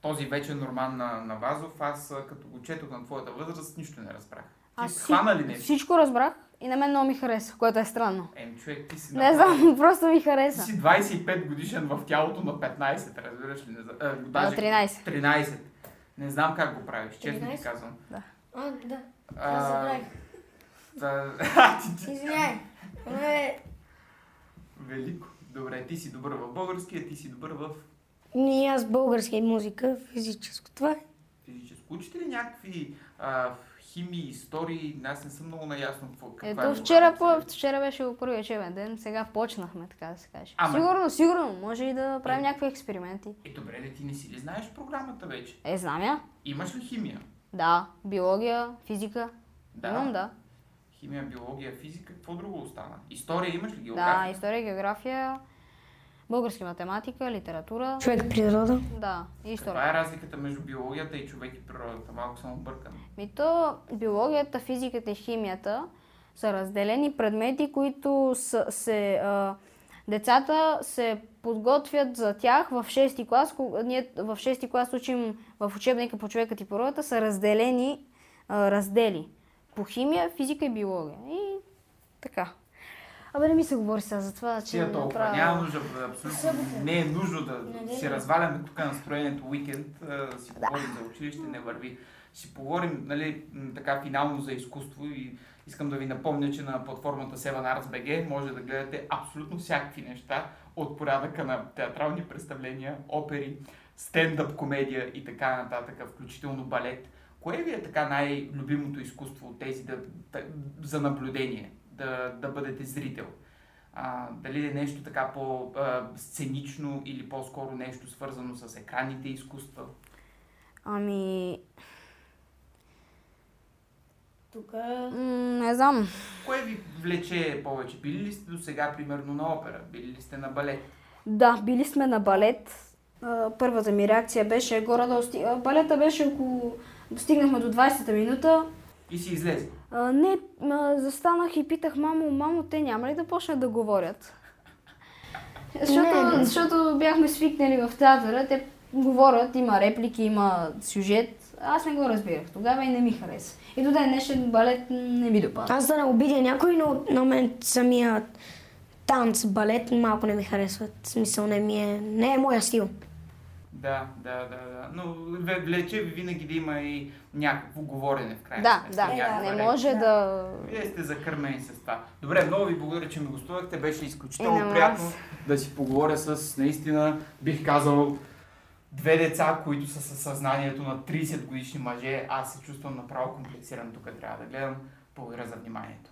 [SPEAKER 1] този вечен роман на, на Вазов, аз а, като го четох на твоята възраст, нищо не разбрах. Ти
[SPEAKER 3] Аз си-
[SPEAKER 1] хвана ли нещо?
[SPEAKER 3] Всичко разбрах и на мен много ми хареса, което е странно.
[SPEAKER 1] Ем, човек, ти си...
[SPEAKER 3] Не
[SPEAKER 1] направил-
[SPEAKER 3] знам, просто ми
[SPEAKER 1] Ти
[SPEAKER 3] хареса.
[SPEAKER 1] си 25 годишен в тялото на 15, разбираш ли? Не, за- а, даже
[SPEAKER 3] 13.
[SPEAKER 1] 13. Не знам как го правиш, честно ти
[SPEAKER 4] 13?
[SPEAKER 1] казвам.
[SPEAKER 4] А, да. Аз
[SPEAKER 1] А,
[SPEAKER 4] забравих.
[SPEAKER 1] та- ти- ти-
[SPEAKER 4] Извиняй. Е,
[SPEAKER 1] Велико. Добре, ти си добър в българския, ти си добър в
[SPEAKER 4] Ние аз българска и музика, физическо. Това е.
[SPEAKER 1] физическо. Учите ли някакви а, химии, истории? Аз не съм много наясно какво каква е
[SPEAKER 3] Ето вчера,
[SPEAKER 1] моралната
[SPEAKER 3] по,
[SPEAKER 1] ви.
[SPEAKER 3] вчера беше първи учебен ден, сега почнахме, така да се каже.
[SPEAKER 1] Ама-
[SPEAKER 3] Сигурно, сигурно, може и да правим
[SPEAKER 1] Е.
[SPEAKER 3] някакви експерименти.
[SPEAKER 1] Е, добре, да ти не си ли знаеш програмата вече?
[SPEAKER 3] Е, знам я.
[SPEAKER 1] Имаш ли химия?
[SPEAKER 3] Да, биология, физика. Имам, да.
[SPEAKER 1] Химия, биология, физика, какво друго остана? История имаш ли
[SPEAKER 3] Да,
[SPEAKER 1] география?
[SPEAKER 3] история, география, Български математика, литература.
[SPEAKER 4] Човек природа.
[SPEAKER 3] Да, и история.
[SPEAKER 1] Това е разликата между биологията и човек и природата. Малко съм объркан.
[SPEAKER 3] Ми то биологията, физиката и химията са разделени предмети, които са, се, а, децата се подготвят за тях в 6 клас. Ко- Ние в 6 клас учим в учебника по човекът и природата са разделени а, раздели по химия, физика и биология. И така. Абе, не ми се говори сега за това, че
[SPEAKER 1] Тия толкова.
[SPEAKER 3] направо-
[SPEAKER 1] Няма нужда, бе, абсолютно не е нужно да си разваляме тук настроението уикенд, а, да си говорим за училище, не върви. Ще си поговорим, нали, м, така финално за изкуство и искам да ви напомня, че на платформата 7ArtsBG може да гледате абсолютно всякакви неща от порядъка на театрални представления, опери, стендъп комедия и така нататък, включително балет. Кое ви е така най-любимото изкуство от тези да, да, за наблюдение, да, да бъдете зрител? А, дали е нещо така по-сценично или по-скоро нещо свързано с екраните изкуства?
[SPEAKER 3] Ами,
[SPEAKER 5] Тук
[SPEAKER 3] м, не знам.
[SPEAKER 1] Кое ви влече повече? Били ли сте до сега, примерно, на опера? Били ли сте на балет?
[SPEAKER 3] Да, били сме на балет. А, Първата ми реакция беше горе-долу... сти- а, Балета беше около... Достигнахме до 20-та минута.
[SPEAKER 1] И си излезе.
[SPEAKER 3] А, Не, а, застанах и питах мамо, мамо, те няма ли да почнат да говорят? Защото, защото бяхме свикнали в театъра, те говорят, има реплики, има сюжет. Аз не го разбирах тогава и не ми хареса. И до ден днешен балет не ми допада.
[SPEAKER 4] Аз да не обидя някой, но на мен самия танц, балет малко не ми харесват. В смисъл не ми е, не е моя стил.
[SPEAKER 1] Да, да, да, да. Но ве- влече ви винаги да има и някакво говорене в крайна
[SPEAKER 3] Да,
[SPEAKER 1] сметка,
[SPEAKER 3] Е, да,
[SPEAKER 1] някаква
[SPEAKER 3] не
[SPEAKER 1] реч.
[SPEAKER 3] може да...
[SPEAKER 1] Вие сте закърмени с това. Добре, много ви благодаря, че ми гостувахте. Беше изключително
[SPEAKER 3] И на вас.
[SPEAKER 1] приятно да си поговоря с, наистина, бих казал, две деца, които са със съзнанието на 30 годишни мъже. Аз се чувствам направо комплексиран тук, трябва да гледам. Благодаря за вниманието.